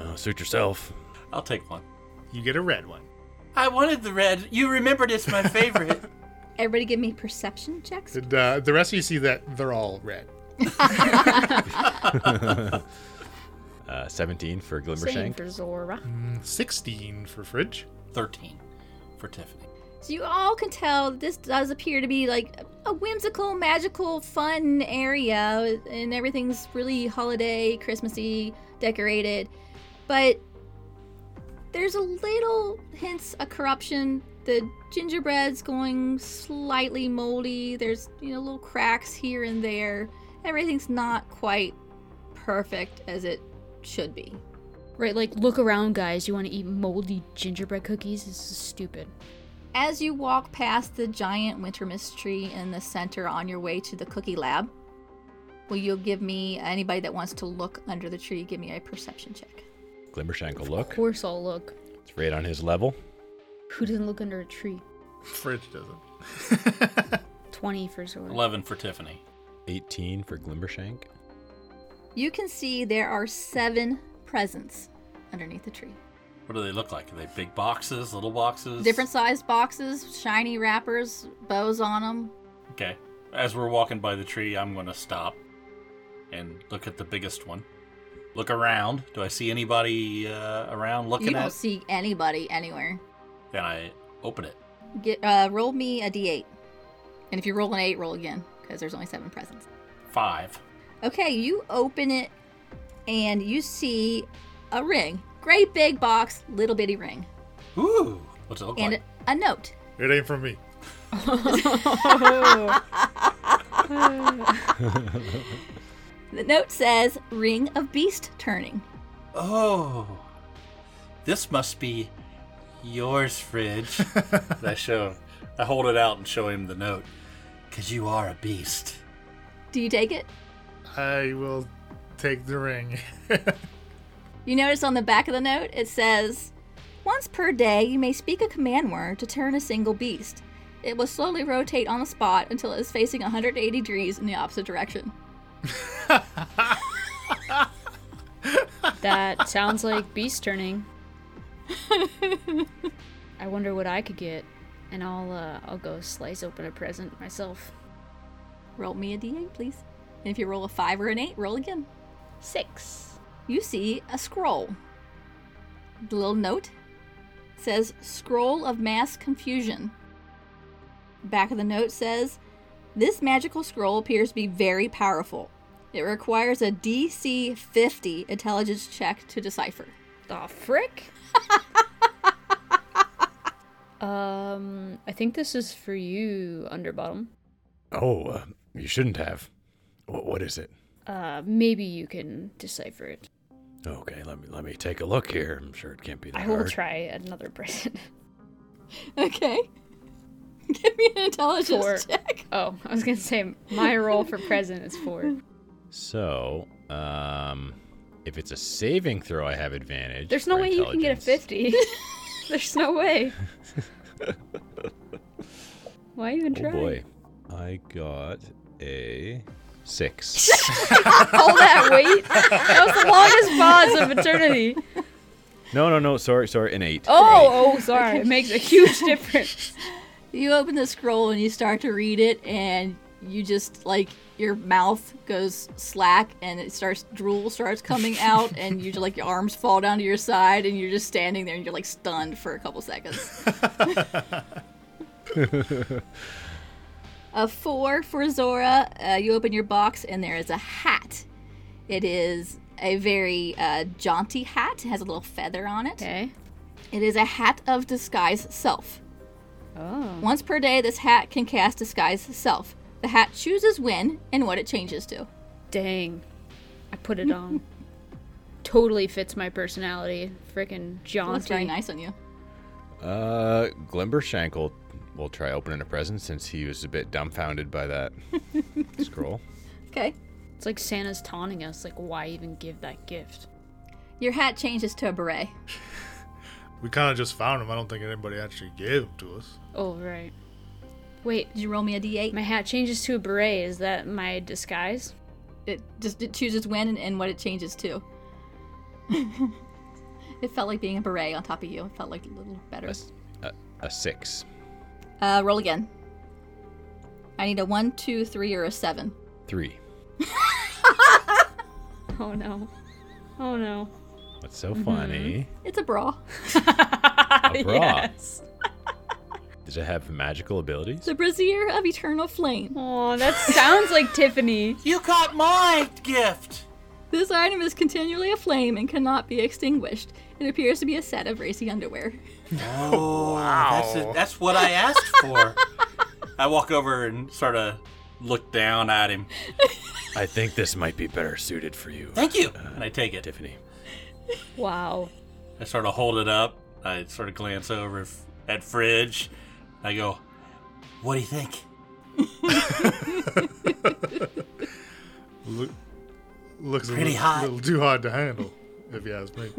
Speaker 4: Uh, suit yourself.
Speaker 2: I'll take one.
Speaker 5: You get a red one.
Speaker 2: I wanted the red. You remembered it's my favorite.
Speaker 1: Everybody give me perception checks.
Speaker 5: And, uh, the rest of you see that they're all red.
Speaker 6: Uh, 17 for
Speaker 8: Same
Speaker 6: Glimmershank.
Speaker 8: for Zora.
Speaker 5: 16 for Fridge. 13.
Speaker 2: 13 for Tiffany.
Speaker 1: So you all can tell that this does appear to be like a whimsical, magical, fun area, and everything's really holiday, Christmassy, decorated. But there's a little hints of corruption. The gingerbread's going slightly moldy. There's you know little cracks here and there. Everything's not quite perfect as it should be.
Speaker 8: Right, like, look around, guys. You want to eat moldy gingerbread cookies? This is stupid.
Speaker 1: As you walk past the giant winter mist tree in the center on your way to the cookie lab, will you give me anybody that wants to look under the tree? Give me a perception check.
Speaker 6: Glimmershank will
Speaker 8: Of
Speaker 6: look.
Speaker 8: course, I'll look.
Speaker 6: It's right on his level.
Speaker 8: Who doesn't look under a tree?
Speaker 5: Fridge doesn't.
Speaker 8: 20 for Zora.
Speaker 2: 11 for Tiffany.
Speaker 6: 18 for Glimmershank.
Speaker 1: You can see there are seven presents underneath the tree.
Speaker 2: What do they look like? Are they big boxes, little boxes?
Speaker 1: Different sized boxes, shiny wrappers, bows on them.
Speaker 2: Okay. As we're walking by the tree, I'm going to stop and look at the biggest one. Look around. Do I see anybody uh, around looking
Speaker 1: you don't
Speaker 2: at?
Speaker 1: see anybody anywhere.
Speaker 2: Then I open it.
Speaker 1: Get uh, roll me a d8, and if you roll an eight, roll again because there's only seven presents.
Speaker 2: Five.
Speaker 1: Okay, you open it and you see a ring. Great big box, little bitty ring.
Speaker 2: Ooh. What's it look
Speaker 1: and
Speaker 2: like?
Speaker 1: a note.
Speaker 5: It ain't from me.
Speaker 1: The note says Ring of Beast Turning.
Speaker 2: Oh. This must be yours, Fridge. And I show him. I hold it out and show him the note. Because you are a beast.
Speaker 1: Do you take it?
Speaker 5: I will take the ring.
Speaker 1: You notice on the back of the note it says Once per day, you may speak a command word to turn a single beast. It will slowly rotate on the spot until it is facing 180 degrees in the opposite direction.
Speaker 8: That sounds like beast turning. I wonder what I could get, and I'll uh, I'll go slice open a present myself.
Speaker 1: Roll me a d8, please. And if you roll a 5 or an 8, roll again.
Speaker 8: Six.
Speaker 1: you see a scroll. The little note says Scroll of Mass Confusion. Back of the note says This magical scroll appears to be very powerful. It requires a DC 50 intelligence check to decipher.
Speaker 8: The frick. um, I think this is for you, Underbottom.
Speaker 4: Oh, uh, you shouldn't have. What, what is it?
Speaker 8: Uh, maybe you can decipher it.
Speaker 4: Okay, let me let me take a look here. I'm sure it can't be that
Speaker 8: I will
Speaker 4: hard.
Speaker 8: try another present.
Speaker 1: Okay. Give me an intelligence
Speaker 8: Four.
Speaker 1: check.
Speaker 8: Oh, I was gonna say my roll for present is four.
Speaker 6: So, um, if it's a saving throw, I have advantage.
Speaker 8: There's no
Speaker 6: for
Speaker 8: way you can get a
Speaker 6: intelligence.
Speaker 8: 50. There's no way. Why even try?
Speaker 6: Oh boy, I got a six.
Speaker 8: All that weight? That was the longest pause of eternity.
Speaker 6: no, no, no. Sorry, sorry. An eight.
Speaker 8: Oh, oh, sorry. It makes a huge difference.
Speaker 1: You open the scroll and you start to read it, and you just like your mouth goes slack, and it starts drool starts coming out, and you just like your arms fall down to your side, and you're just standing there and you're like stunned for a couple seconds. a four for Zora. Uh, you open your box, and there is a hat. It is a very uh, jaunty hat. It has a little feather on it.
Speaker 8: Okay.
Speaker 1: It is a hat of disguise self.
Speaker 8: Oh.
Speaker 1: Once per day, this hat can cast Disguise Self. The hat chooses when and what it changes to.
Speaker 8: Dang. I put it on. totally fits my personality. Freaking jaunty.
Speaker 1: That's very nice on you.
Speaker 6: Uh, Glimbershank will, will try opening a present since he was a bit dumbfounded by that scroll.
Speaker 1: Okay.
Speaker 8: It's like Santa's taunting us. Like, why even give that gift?
Speaker 1: Your hat changes to a beret.
Speaker 5: we kind of just found him. I don't think anybody actually gave him to us.
Speaker 8: Oh, right. Wait,
Speaker 1: Did you roll me a d8?
Speaker 8: My hat changes to a beret. Is that my disguise?
Speaker 1: It just it chooses when and, and what it changes to. it felt like being a beret on top of you. It felt like a little
Speaker 6: A,
Speaker 1: better.
Speaker 6: s- a- a six.
Speaker 1: Uh, roll again. I need a one, two, three, or a seven.
Speaker 6: Three.
Speaker 8: Oh no. Oh no.
Speaker 6: That's so
Speaker 4: Mm-hmm.
Speaker 6: funny.
Speaker 1: It's a bra.
Speaker 6: A bra. Does it have magical abilities?
Speaker 1: The brazier of eternal flame.
Speaker 8: Oh, that sounds like Tiffany.
Speaker 2: You got my gift.
Speaker 1: This item is continually aflame and cannot be extinguished. It appears to be a set of racy underwear.
Speaker 2: Oh, That's, it that's what I asked for. I walk over and sort of look down at him.
Speaker 4: I think this might be better suited for you,
Speaker 2: Thank you. And I take it.
Speaker 4: Tiffany.
Speaker 8: Wow.
Speaker 2: I sort of hold it up. I sort of glance over f- at Fridge. I go, what do you think?
Speaker 5: Look, looks a
Speaker 2: Pretty
Speaker 5: little,
Speaker 2: hot.
Speaker 5: little too hard to handle, if you ask me.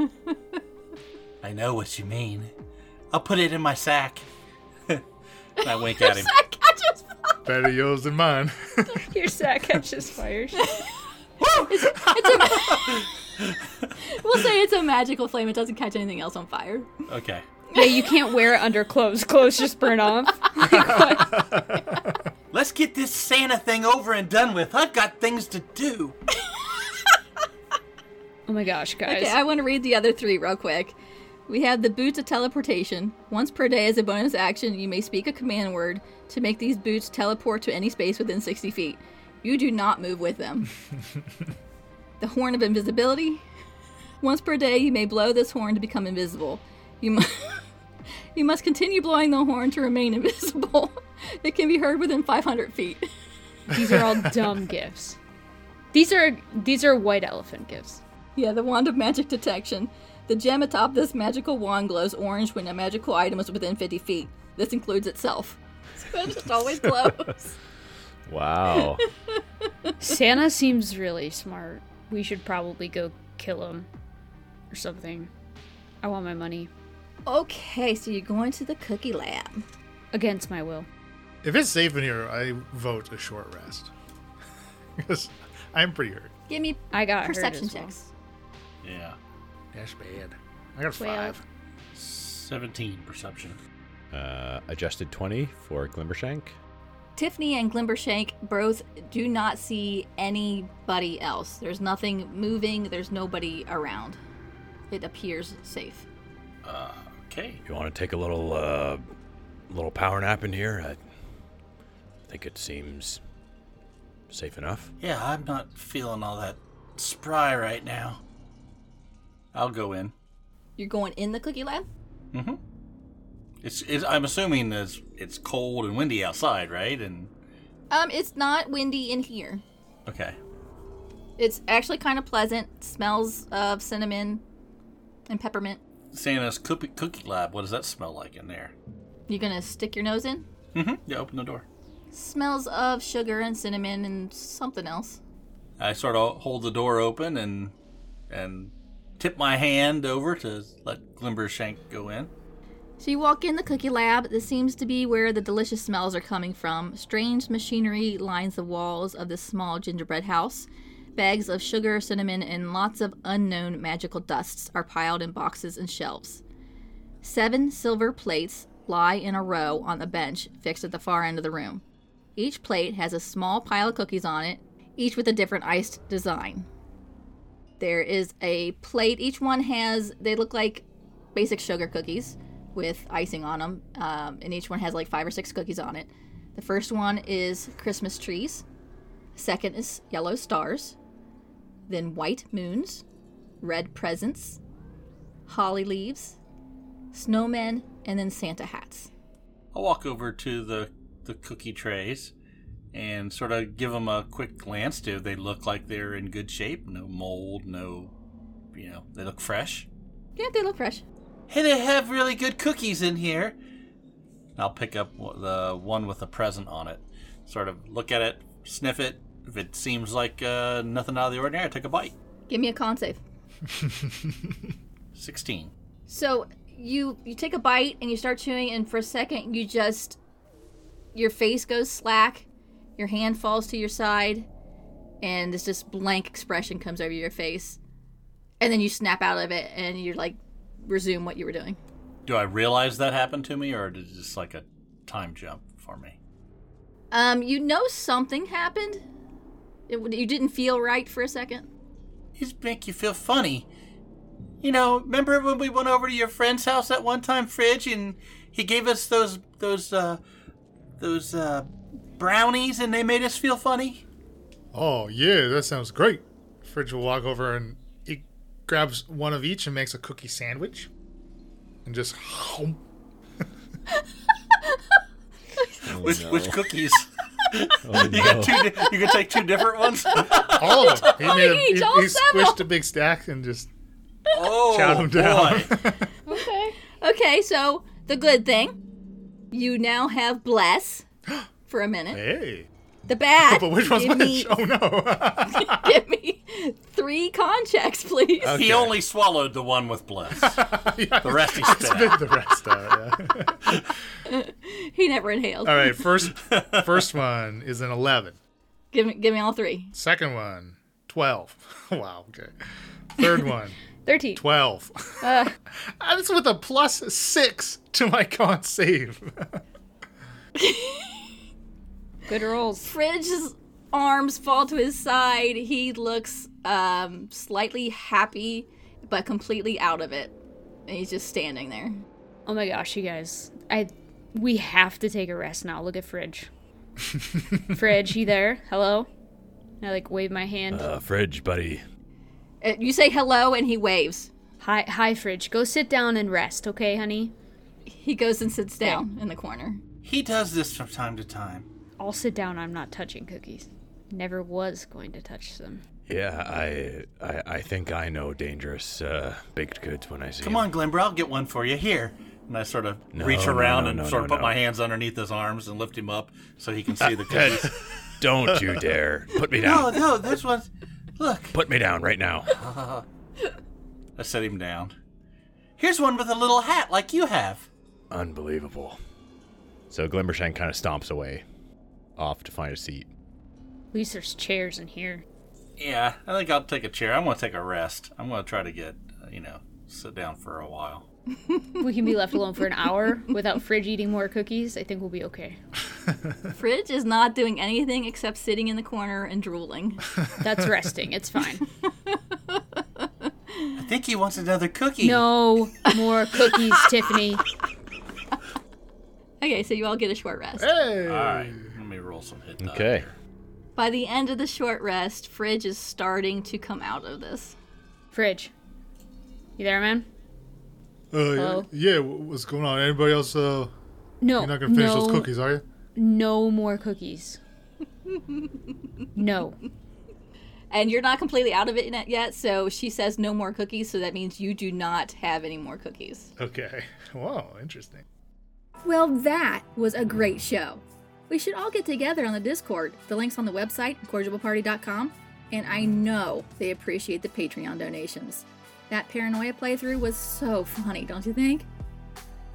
Speaker 2: I know what you mean. I'll put it in my sack. and I wink at him.
Speaker 1: catches fire.
Speaker 5: Better yours than mine.
Speaker 3: Your sack catches fire.
Speaker 1: We'll say it's a magical flame. It doesn't catch anything else on fire.
Speaker 2: Okay.
Speaker 3: yeah, you can't wear it under clothes. Clothes just burn off.
Speaker 2: Let's get this Santa thing over and done with. I've got things to do.
Speaker 3: Oh my gosh, guys.
Speaker 1: Okay, I want to read the other three real quick. We have the boots of teleportation. Once per day, as a bonus action, you may speak a command word to make these boots teleport to any space within 60 feet. You do not move with them. the horn of invisibility. Once per day, you may blow this horn to become invisible. You, mu- you must continue blowing the horn to remain invisible. it can be heard within 500 feet.
Speaker 3: These are all dumb gifts. These are these are white elephant gifts.
Speaker 1: Yeah, the wand of magic detection. The gem atop this magical wand glows orange when a magical item is within 50 feet. This includes itself. So it just always glows.
Speaker 6: Wow.
Speaker 3: Santa seems really smart. We should probably go kill him or something. I want my money
Speaker 1: Okay, so you're going to the cookie lab.
Speaker 3: against my will.
Speaker 5: If it's safe in here, I vote a short rest. Because I'm pretty hurt.
Speaker 1: Give me
Speaker 3: I got hurt
Speaker 1: perception
Speaker 3: as well.
Speaker 1: checks.
Speaker 2: Yeah.
Speaker 5: That's bad. I got a
Speaker 3: Twelve.
Speaker 5: five.
Speaker 2: 17 perception.
Speaker 6: Uh, adjusted 20 for Glimmershank.
Speaker 1: Tiffany and Glimbershank both do not see anybody else. There's nothing moving, there's nobody around. It appears safe.
Speaker 2: Uh, okay.
Speaker 4: You want to take a little, uh, little power nap in here? I think it seems safe enough.
Speaker 2: Yeah, I'm not feeling all that spry right now. I'll go in.
Speaker 1: You're going in the cookie lab?
Speaker 2: Mm-hmm. It's, it's I'm assuming it's it's cold and windy outside, right? And
Speaker 1: Um, it's not windy in here.
Speaker 2: okay,
Speaker 1: It's actually kind of pleasant. Smells of cinnamon and peppermint.
Speaker 2: Santa's cookie cookie lab. What does that smell like in there?
Speaker 1: You're gonna stick your nose in.
Speaker 2: Mm-hmm. Yeah, open the door.
Speaker 1: Smells of sugar and cinnamon and something else.
Speaker 2: I sort of hold the door open and and tip my hand over to let Glimbershank go in.
Speaker 1: So you walk in the cookie lab. This seems to be where the delicious smells are coming from. Strange machinery lines the walls of this small gingerbread house. Bags of sugar, cinnamon, and lots of unknown magical dusts are piled in boxes and shelves. Seven silver plates lie in a row on the bench fixed at the far end of the room. Each plate has a small pile of cookies on it, each with a different iced design. There is a plate, each one has, they look like basic sugar cookies with icing on them, um, and each one has like five or six cookies on it. The first one is Christmas trees, second is yellow stars, then white moons, red presents, holly leaves, snowmen, and then Santa hats.
Speaker 2: I'll walk over to the the cookie trays and sort of give them a quick glance to if they look like they're in good shape, no mold, no, you know, they look fresh.
Speaker 1: Yeah, they look fresh.
Speaker 2: Hey, they have really good cookies in here. I'll pick up w- the one with the present on it. Sort of look at it, sniff it. If it seems like uh, nothing out of the ordinary, I take a bite.
Speaker 1: Give me a con save.
Speaker 2: 16.
Speaker 1: So you you take a bite and you start chewing, and for a second you just your face goes slack, your hand falls to your side, and this just blank expression comes over your face, and then you snap out of it and you're like resume what you were doing.
Speaker 2: Do I realize that happened to me, or is it just like a time jump for me?
Speaker 1: Um, you know something happened. It, you didn't feel right for a second.
Speaker 2: He's make you feel funny. You know, remember when we went over to your friend's house that one time, Fridge, and he gave us those those uh those uh brownies and they made us feel funny?
Speaker 5: Oh, yeah, that sounds great. Fridge will walk over and he grabs one of each and makes a cookie sandwich. And just.
Speaker 2: which which cookies?
Speaker 6: Oh,
Speaker 2: you got two di- you can take two different ones?
Speaker 5: All of them. He, made a, he,
Speaker 1: each, all
Speaker 5: he
Speaker 1: seven.
Speaker 5: squished a big stack and just
Speaker 2: Oh
Speaker 5: chowed them down.
Speaker 2: boy.
Speaker 1: Okay, so the good thing You now have bless for a minute.
Speaker 5: Hey.
Speaker 1: The bad.
Speaker 5: But which one's
Speaker 1: give
Speaker 5: which?
Speaker 1: me,
Speaker 5: Oh no.
Speaker 1: give me three con checks, please.
Speaker 5: Uh,
Speaker 2: He only swallowed the one with bless. the rest he spit out.
Speaker 5: Spit the rest out. Yeah.
Speaker 1: He never inhaled.
Speaker 5: All right. First, first one is an eleven.
Speaker 1: Give me, give me all three.
Speaker 5: Second one, 12. wow, okay. Third one,
Speaker 3: 13.
Speaker 5: 12. Uh, That's with a plus six to my con save.
Speaker 3: Good rolls.
Speaker 1: Fridge's arms fall to his side. He looks um, slightly happy, but completely out of it. And he's just standing there.
Speaker 8: Oh my gosh, you guys. I we have to take a rest now. Look at Fridge. Fridge, you there? Hello? I like wave my hand.
Speaker 4: Uh, fridge, buddy.
Speaker 1: Uh, You say hello, and he waves.
Speaker 8: hi hi Fridge. Go sit down and rest, okay, honey?
Speaker 1: He goes and sits down in the corner.
Speaker 2: He does this from time to time.
Speaker 8: I'll sit down. I'm not touching cookies. Never was going to touch them.
Speaker 4: Yeah, I, I I think I know dangerous uh, baked goods when I see
Speaker 2: Come
Speaker 4: 'em.
Speaker 2: on, Glenbro, I'll get one for you. Here. And I sort of
Speaker 4: No,
Speaker 2: reach
Speaker 4: no,
Speaker 2: around
Speaker 4: no,
Speaker 2: and
Speaker 4: no,
Speaker 2: sort
Speaker 4: no,
Speaker 2: of put
Speaker 4: no.
Speaker 2: my hands underneath his arms and lift him up so he can see the cookies.
Speaker 4: Don't you dare put me
Speaker 2: no,
Speaker 4: down.
Speaker 2: no, this one's. Look.
Speaker 4: Put me down right now.
Speaker 2: I set him down. Here's one with a little hat like you have.
Speaker 4: Unbelievable.
Speaker 6: So Glimmershank kind of stomps away, off to find a seat.
Speaker 8: At least there's chairs in here.
Speaker 2: Yeah, I think I'll take a chair. I'm going to take a rest. I'm going to try to get, uh, you know, sit down for a while.
Speaker 8: We can be left alone for an hour without Fridge eating more cookies. I think we'll be okay.
Speaker 1: Fridge is not doing anything except sitting in the corner and drooling.
Speaker 8: That's resting. It's fine.
Speaker 2: I think he wants another cookie.
Speaker 8: No more cookies, Tiffany.
Speaker 1: Okay, so you all get a short rest.
Speaker 5: Hey.
Speaker 2: All right, let me roll some hit. die
Speaker 4: Uh,
Speaker 6: Okay.
Speaker 2: here.
Speaker 1: By the end of the short rest, Fridge is starting to come out of this.
Speaker 8: Fridge. You there, man?
Speaker 5: Uh, yeah, wh- what's going on? Anybody else? Uh,
Speaker 8: No.
Speaker 5: you're not going to finish
Speaker 8: no,
Speaker 5: those cookies, are you?
Speaker 8: No more cookies. no.
Speaker 1: And you're not completely out of it net- yet, so she says no more cookies, so that means you do not have any more cookies.
Speaker 5: Okay. Wow, interesting.
Speaker 1: Well, that was a great show. We should all get together on the Discord. The link's on the website, cordialparty.com, and I know they appreciate the Patreon donations. That paranoia playthrough was so funny, don't you think?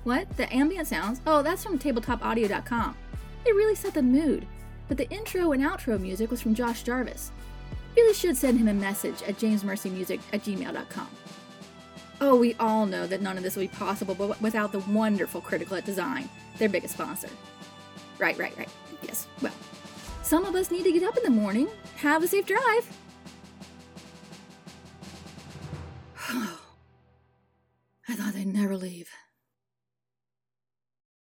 Speaker 1: What? The ambient sounds? Oh, that's from tabletopaudio.com. It really set the mood, but the intro and outro music was from Josh Jarvis. Really should send him a message at jamesmercymusic at gmail.com. Oh, we all know that none of this would be possible but without the wonderful Critical at Design, their biggest sponsor. Right, right, right. Yes, well, some of us need to get up in the morning. Have a safe drive. I thought they'd never leave.